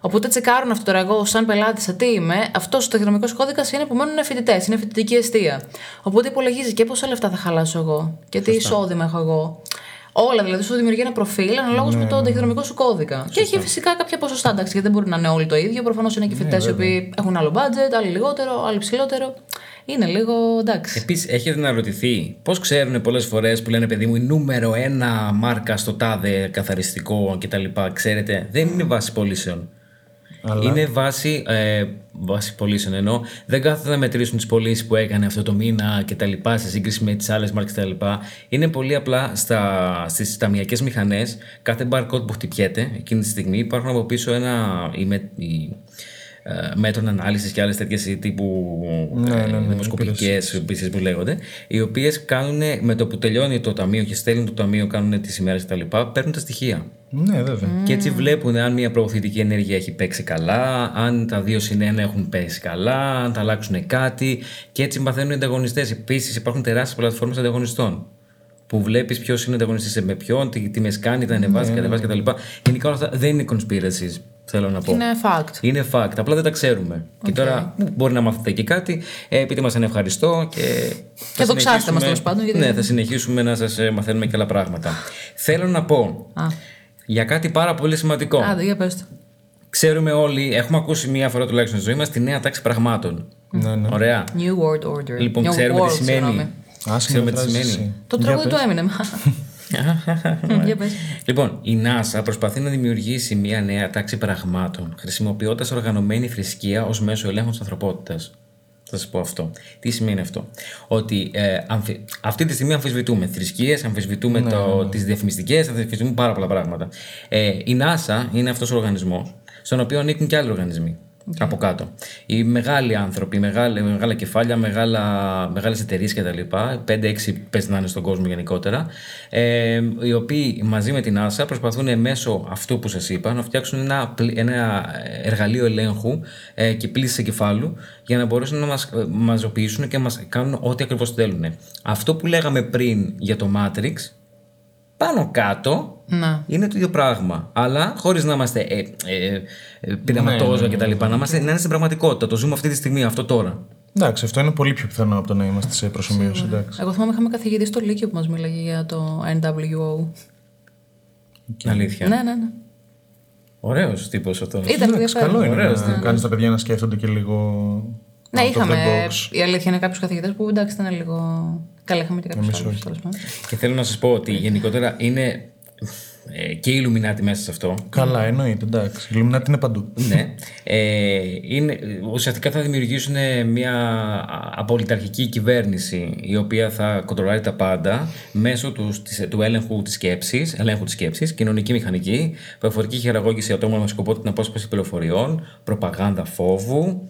Οπότε τσεκάρουν αυτό τώρα εγώ, σαν πελάτης, σε τι είμαι. Αυτός ο ταχυδρομικός κώδικας είναι που μένουν φοιτητές, είναι φοιτητική αιστεία. Οπότε υπολογίζει και πόσα λεφτά θα χαλάσω εγώ και τι εισόδημα έχω εγώ. Όλα δηλαδή σου δημιουργεί ένα προφίλ αναλόγως με το ταχυδρομικό σου κώδικα. Και έχει φυσικά κάποια ποσοστά, εντάξει, γιατί δεν μπορεί να είναι όλοι το ίδιο. Προφανώς είναι και φοιτητές οι οποίοι έχουν άλλο budget, άλλοι λιγότερο, άλλοι ψηλότερο. Είναι λίγο εντάξει. Επίσης, έχετε να ρωτηθεί πώ ξέρουν πολλές φορές που λένε παιδί μου η νούμερο ένα μάρκα στο τάδε καθαριστικό κτλ. Ξέρετε, δεν είναι βάση πωλήσεων. Είναι βάση, ε, βάση πωλήσεων εννοώ. Δεν κάθονται να μετρήσουν τις πωλήσεις που έκανε αυτό το μήνα και τα λοιπά σε σύγκριση με τις άλλες μάρκες κτλ. Είναι πολύ απλά στα, στις ταμιακές μηχανές. Κάθε barcode που χτυπιέται εκείνη τη στιγμή υπάρχουν από πίσω ένα. Η, με- η, ε, μέτρων ανάλυσης και άλλες τέτοιες τύπου ναι, δημοσκοπικέ υπηρεσίε που λέγονται, οι οποίες κάνουν με το που τελειώνει το ταμείο και στέλνουν το ταμείο, κάνουν τις ημέρες κτλ. Παίρνουν τα στοιχεία. Ναι, βέβαια. Και Mm. έτσι βλέπουν αν μια προωθητική ενέργεια έχει παίξει καλά, αν τα δύο συν ένα έχουν πέσει καλά, αν θα αλλάξουν κάτι. Και έτσι μαθαίνουν οι ανταγωνιστές. Επίσης, υπάρχουν τεράστιες πλατφόρμες ανταγωνιστών. Που βλέπεις Ναι. ποιος είναι ανταγωνιστής με ποιον, τι τιμέ κάνει, τα ανεβάζει, κατεβάζει κτλ. Γενικά όλα αυτά δεν είναι conspiracies. Θέλω να πω. Είναι fact. Είναι fact. Απλά δεν τα ξέρουμε. Και τώρα μπορεί να μάθετε και κάτι. Ε, πείτε μα ένα ευχαριστώ και. θα δοξάστε συνεχίσουμε- μας, τέλος πάντων, γιατί Ναι, δεν- θα συνεχίσουμε να σας μαθαίνουμε και άλλα πράγματα. Θέλω να πω Α, για κάτι πάρα πολύ σημαντικό. άντε, για πες το. Ξέρουμε όλοι, έχουμε ακούσει μία φορά τουλάχιστον στη ζωή μας τη νέα τάξη πραγμάτων. Ναι, ναι. Ωραία. New World Order. Λοιπόν, New ξέρουμε world, τι σημαίνει. συγγνώμη. Άσε Ξέρουμε με τι φράζεις σημαίνει. εσύ. Το Για τραγούδι πες. του Eminem. Για πες. Λοιπόν, η NASA προσπαθεί να δημιουργήσει μια νέα τάξη πραγμάτων, χρησιμοποιώντας οργανωμένη θρησκεία ως μέσο ελέγχου της ανθρωπότητας. Θα σας πω αυτό. Τι σημαίνει αυτό. Ότι ε, αμφι- αυτή τη στιγμή αμφισβητούμε θρησκείες, αμφισβητούμε το... τις διαφημιστικές, αμφισβητούμε πάρα πολλά πράγματα. Ε, η NASA είναι αυτός ο οργανισμός, στον οποίο ανήκουν και άλλοι οργανισμοί. Από κάτω. Οι μεγάλοι άνθρωποι, μεγάλα, μεγάλα κεφάλια, μεγάλα, μεγάλες εταιρείες και τα λοιπά, 5-6 πες να είναι στον κόσμο γενικότερα, ε, οι οποίοι μαζί με την NASA προσπαθούν μέσω αυτού που σας είπα να φτιάξουν ένα, πλ- ένα εργαλείο ελέγχου ε, και πλήση κεφάλου για να μπορέσουν να μας ε, μαζοποιήσουν και να μας κάνουν ό,τι ακριβώς θέλουν. Αυτό που λέγαμε πριν για το Matrix, πάνω κάτω Να. είναι το ίδιο πράγμα. Αλλά χωρίς να είμαστε ε, ε, ε, πειραματόζωα κτλ. Να, είμαστε- να είναι στην πραγματικότητα. Το ζούμε αυτή τη στιγμή, αυτό τώρα. Εντάξει, αυτό είναι πολύ πιο πιθανό από το να είμαστε σε προσωμείωση. Εντάξει. Εγώ θυμάμαι είχαμε καθηγητή στο Λύκειο που μας μίλαγε για το NWO. Αλήθεια. Ε. Ναι, ναι, ναι. Ωραίος τύπος αυτός. Ήταν Εντάξει, Καλό ενδιαφέρον. είναι Ωραίος να κάνεις τα παιδιά να σκέφτονται και λίγο. Ναι, out of the είχαμε. box. Η αλήθεια είναι κάποιους καθηγητές που εντάξει ήταν λίγο. Καλά, είχαμε και κάποιους άλλου. Και θέλω να σας πω ότι γενικότερα είναι ε, και η Illuminati μέσα σε αυτό. Καλά, εννοείται, εντάξει. Η Λουμινάτη είναι παντού. ναι. Ε, είναι, ουσιαστικά θα δημιουργήσουν μια απολυταρχική κυβέρνηση η οποία θα κοντρολάρει τα πάντα μέσω τους, της- του έλεγχου της σκέψης, ελέγχου της σκέψης, κοινωνική μηχανική, πληροφορική χειραγώγηση ατόμων με σκοπό την απόσπαση πληροφοριών, προπαγάνδα φόβου,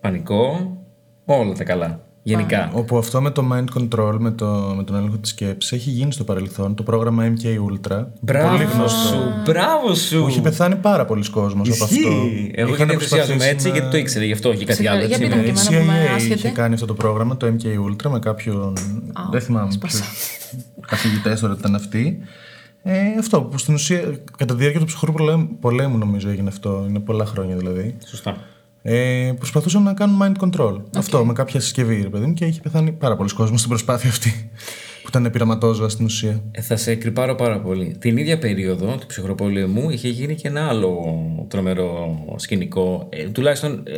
πανικό, όλα τα καλά. Γενικά. Όπου αυτό με το mind control, με, το, με τον έλεγχο της σκέψης, έχει γίνει στο παρελθόν. Το πρόγραμμα MK Ultra. Μπράβο σου, μπράβο σου. Που έχει πεθάνει πάρα πολλοί κόσμος από αυτό. Ισχύει. Εγώ Είχαν γιατί ενθουσιάζομαι προσπαθήσει έτσι, να- γιατί το ήξερε, γι' αυτό όχι κάτι Συγχαρη- άλλο. για έτσι, πείτε μου ναι. Η και εμένα που με CIA είχε άσχετε. κάνει αυτό το πρόγραμμα, το MK Ultra, με κάποιον. δεν θυμάμαι ποιου καθηγητέ τώρα ήταν αυτοί. Ε, αυτό που στην ουσία κατά τη διάρκεια του ψυχρού πολέμου, πολέμου νομίζω έγινε αυτό, είναι πολλά χρόνια δηλαδή. Σωστά. Ε, προσπαθούσαν να κάνουν mind control. Αυτό με κάποια συσκευή, ρε παιδί μου, και είχε πεθάνει πάρα πολλοί κόσμο στην προσπάθεια αυτή. Που ήταν πειραματόζωα στην ουσία. Ε, Θα σε κρυπάρω πάρα πολύ. Την ίδια περίοδο του ψυχροπολεμού είχε γίνει και ένα άλλο τρομερό σκηνικό. Ε, τουλάχιστον ε,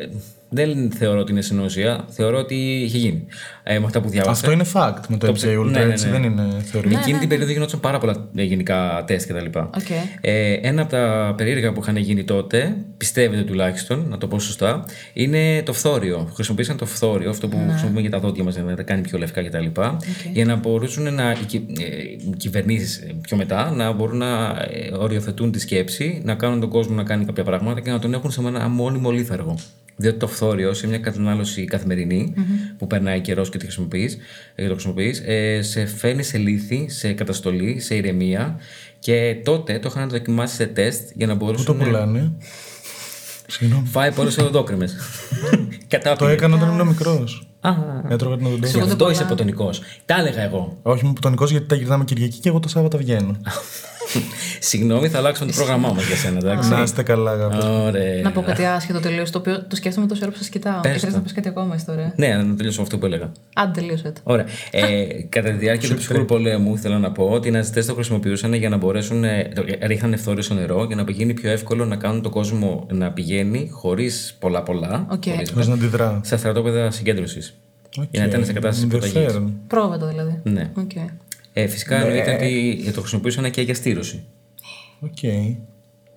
δεν θεωρώ ότι είναι συνώσια, θεωρώ ότι είχε γίνει. Ε, με αυτά που διάβασα. Αυτό είναι fact με το Το MK ψε- Ultra, ναι, ναι, έτσι ναι. δεν είναι θεωρία. Εκείνη την περίοδο γινόντουσαν πάρα πολλά ε, γενικά τεστ κτλ. Οκ. Ε, ένα από τα περίεργα που είχαν γίνει τότε, πιστεύετε τουλάχιστον, να το πω σωστά, είναι το φθόριο. Χρησιμοποίησαν το φθόριο, αυτό που χρησιμοποιούμε για τα δόντια μας, να τα κάνει πιο λευκά κτλ. Για να μπορούσαν να, οι, κυ- ε, οι κυβερνήσεις πιο μετά να μπορούν να ε, οριοθετούν τη σκέψη, να κάνουν τον κόσμο να κάνει κάποια πράγματα και να τον έχουν σε ένα μόνιμο λίθαργο. Διότι το φθόριο σε μια κατανάλωση καθημερινή, που περνάει καιρός και τη χρησιμοποιείς, ε, το χρησιμοποιείς, ε, σε φέρνει σε λύθη, σε καταστολή, σε ηρεμία. Και τότε το είχαν δοκιμάσει σε τεστ για να μπορούσαν. Το πουλάνε. Συγγνώμη. Φάει πολλέ <laughs> οδοντόκρεμε. Κατά Το έκανα όταν ήμουν μικρός. Α, Έτρωγα την γι' οδοντόκρεμα. αυτό είσαι ποτονικός. Τα έλεγα εγώ. Όχι, είμαι πουτονικό γιατί τα γυρνάμε Κυριακή και εγώ τα Σάββατα βγαίνω. Συγγνώμη, θα αλλάξουμε το πρόγραμμά μας για σένα, Να εντάξει. είστε καλά, αγάπη. Ωραία. Να πω κάτι ε, άσχετο τελείως, το οποίο το σκέφτομαι τόσο ώρα που σας κοιτάω. Πες Ήθελε το. να πεις κάτι ακόμα εσύ τώρα. Ναι, να τελειώσω αυτό που έλεγα. Αν τελείωσε το. Ωραία. Ε, κατά τη διάρκεια του ψυχρού πολέμου, θέλω να πω ότι οι ναζιστές το χρησιμοποιούσαν για να μπορέσουν. ε, το- ε, Ρίχνανε φθόριο στο νερό για να γίνει πιο εύκολο να κάνουν τον κόσμο να πηγαίνει χωρίς πολλά-πολλά. Οκ. χωρίς- Χωρίς να αντιδρά. Σε στρατόπεδα συγκέντρωσης. Οκ. Για να ήταν σε κατάσταση προταγή. Ενδιαφέρον. Πρόβατο δηλαδή. Ναι. Οκ. Ε, φυσικά εννοείται ότι το χρησιμοποιούσαν και για στήρωση. Οκ.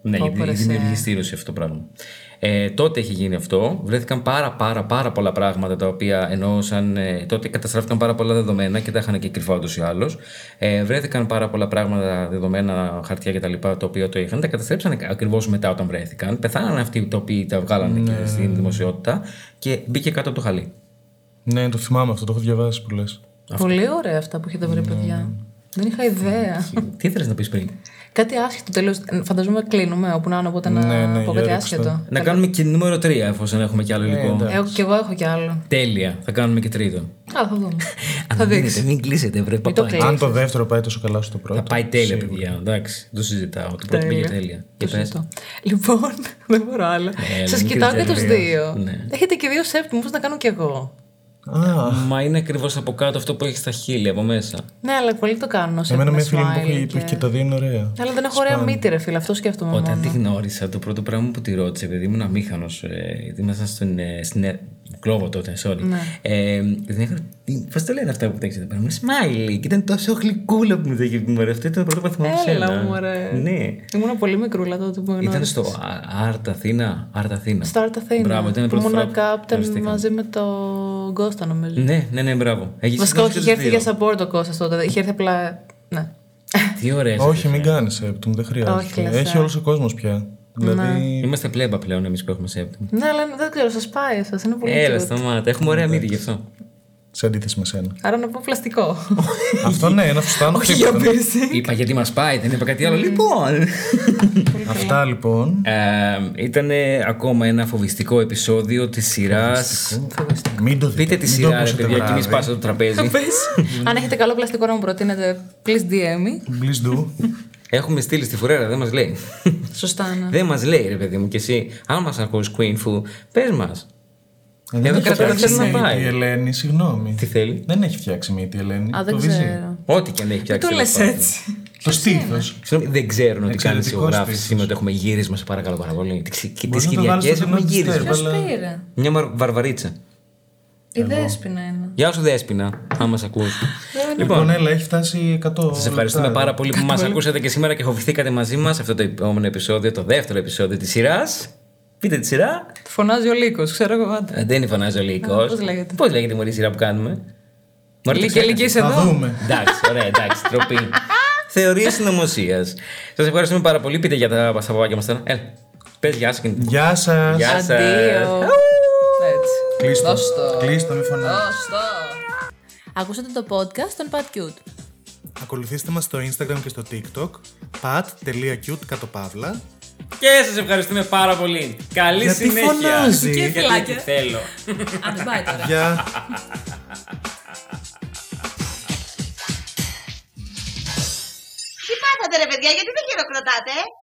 Ναι, Πω, πω, γιατί ρε, σε. δημιουργεί στήρωση αυτό το πράγμα. Ε, τότε είχε γίνει αυτό. Βρέθηκαν πάρα πάρα πάρα πολλά πράγματα τα οποία εννοούσαν. Ε, τότε καταστράφηκαν πάρα πολλά δεδομένα και τα είχαν και κρυφά ούτως ή άλλως. Ε, βρέθηκαν πάρα πολλά πράγματα, δεδομένα, χαρτιά κτλ. τα οποία το είχαν. Τα καταστρέψαν ακριβώς μετά όταν βρέθηκαν. Πεθάναν αυτοί οι οποίοι τα βγάλανε και στην δημοσιότητα και μπήκε κάτω από το χαλί. Ναι, το θυμάμαι αυτό, το έχω διαβάσει που λες. Ναι. Πολύ ωραία αυτά που έχετε βρει, παιδιά. Δεν είχα ιδέα. Τι ήθελες να πεις πριν. Κάτι άσχετο τέλος. Φανταζόμαι κλείνουμε όπου να είναι, οπότε να Ναι, ναι, πω για κάτι ρίξτε. Ναι. άσχετο. Να κάνουμε και νούμερο 3 εφόσον έχουμε και άλλο υλικό. εντάξει. Εγώ, κι εγώ έχω κι άλλο. Τέλεια. Θα κάνουμε και τρίτο. Καλά, θα <laughs> δούμε. θα δείξει. Μην κλείσετε, βρε το κλείνεις. Αν το δεύτερο πάει τόσο καλά στο πρώτο. Ε, Θα πάει τέλεια, σίγουρα. παιδιά. Εντάξει, δεν το συζητάω. Το πρώτο πήγε τέλεια. Το Και πες. συζητώ. Λοιπόν, <laughs> δεν μπορώ άλλο. Ναι, Σα μην κοιτάω και κρίνετε του τελείως. δύο. Ναι. Έχετε και δύο σεπτιμού να κάνω κι εγώ. Α, Μα είναι ακριβώς από κάτω αυτό που έχει στα χείλη από μέσα. Ναι, αλλά πολλοί το κάνουν. εμένα μια φίλη μου που smile έχει- που έχει και τα δύο είναι ωραία. Αλλά δεν έχω ωραία μύτη, ρε φίλε, αυτό σκέφτομαι. μόνο. Όταν τη γνώρισα, το πρώτο πράγμα που τη ρώτησε, επειδή ήμουν αμήχανος, γιατί ήμασταν στον, ε, στην ε, Κλόβο τότε, sorry. Ναι. Ε, την είχα. Πώς το λένε αυτά που παίξατε πάνω, μου smiley. Και ήταν τόσο γλυκούλα που μου το είχε πει. μωρέ, Αυτό ήταν το πρώτο που μου Έλα, μωρέ. Ναι. Ήμουν πολύ μικρούλα τότε που Ήταν γνώρισα. στο Art Athena. Art Athena. Στο Art Athena. Μπράβο, ήταν η που πρώτη φορά. ήμουν που captain γνωριστήκαμε. μαζί με τον Κώστα, νομίζω. Ναι, ναι, ναι, μπράβο. Έχεις Βασικά, γνωρίσει όχι, είχε τους έρθει για δύο. support ο Κώστα τότε. Είχε έρθει απλά. <laughs> Ναι. Τι ωραία. Όχι, μην κάνεις septum, δεν Όχι, χρειάζεται. λες, Έχει ε. όλος ο κόσμος πια. Δηλαδή. Είμαστε πλέμπα πλέον εμείς που έχουμε Septum. ναι, αλλά δεν ξέρω, σας πάει εσά. Είναι πολύ Έλα, Έλα, σταμάτα. Έχουμε ωραία μύτη γι' αυτό. Σε αντίθεση με σένα. Άρα να πω <laughs> πλαστικό. Αυτό ναι, ένα <laughs> φουστάνο χτύπημα. Είπα γιατί μας πάει, δεν είπα κάτι άλλο. Λοιπόν. Αυτά λοιπόν. Ήταν ακόμα ένα φοβιστικό επεισόδιο της σειράς. Μην το δείτε. Πείτε Ε, τη σειρά, μην το ρε ακούσετε παιδιά, και βράδυ. μην σπάσετε το τραπέζι. Αν έχετε καλό πλαστικό να μου προτείνετε, please DM. me. <laughs> Please do. Έχουμε στείλει στη φουρέρα, δεν μας λέει. Σωστά, ναι. Δεν μας λέει, ρε παιδί μου, και εσύ, αν μας ακούσεις Queen Fu, πες μας. Ε, Δεν Εδώ έχει κρατάει φτιάξει να πάει. μύτη, η Ελένη, συγγνώμη. Τι θέλει. Δεν έχει φτιάξει μύτη η Ελένη. Α, δεν το βυζί. ξέρω. Ό,τι και αν έχει Τι φτιάξει. το τέλος λε πάντων. έτσι. Το στήθο. Συγγνώμη, δεν ξέρουν ότι κάνει Εξαιρετικός ηχογράφηση στήθος. σήμερα ότι έχουμε γύρισμα, σε παρακαλώ πάρα πολύ. Τι Μπορείς να το Κυριακές βάλεις στο έχουμε Grand γύρισμα. Stair. Ποιο Αλλά- πήρε. Μια μαρ- βαρβαρίτσα. Η δέσπινα είναι. Γεια σου, Δέσπινα, αν μα Ε, ακού. ναι. Λοιπόν, έλα, έχει φτάσει 100. Σας ευχαριστούμε λεπτά. πάρα πολύ που μας ακούσατε και σήμερα και φοβηθήκατε μαζί μας αυτό το επόμενο επεισόδιο, το δεύτερο επεισόδιο της σειράς. Πείτε τη σειρά. Φωνάζει ο Λύκος, ξέρω εγώ πάντα. Ε, Δεν φωνάζει ο λυκό. Α, πώς λέγεται. Πώς λέγεται μωρή η σειρά που κάνουμε. Μωρή, το Λύκε, ξέρετε. Λύκε, είσαι Θα εδώ. δούμε. Εντάξει, ωραία, εντάξει, <laughs> τροπή. Θεωρία συνωμοσίας. Σας ευχαριστούμε πάρα πολύ. Πείτε για τα παπάκια μας τώρα. Έλα. Πες γεια σου. και- Γεια σας. Γεια σας. Ε. Αντίο. Έτσι. Κλείστο. Δώστο. Κλείστο, μη φωνάζεις. Ακούσατε το podcast των Pat Cute. Ακολουθήστε μας στο Instagram και στο TikTok pat.cute κατ' παύλα. Και σας ευχαριστούμε πάρα πολύ. Καλή Γιατί συνέχεια. φωνάζει. Γιατί φυλάκια. θέλω. Άντε, πάει τώρα. Γεια. Τι πάθατε ρε παιδιά, γιατί δεν χειροκροτάτε. ε?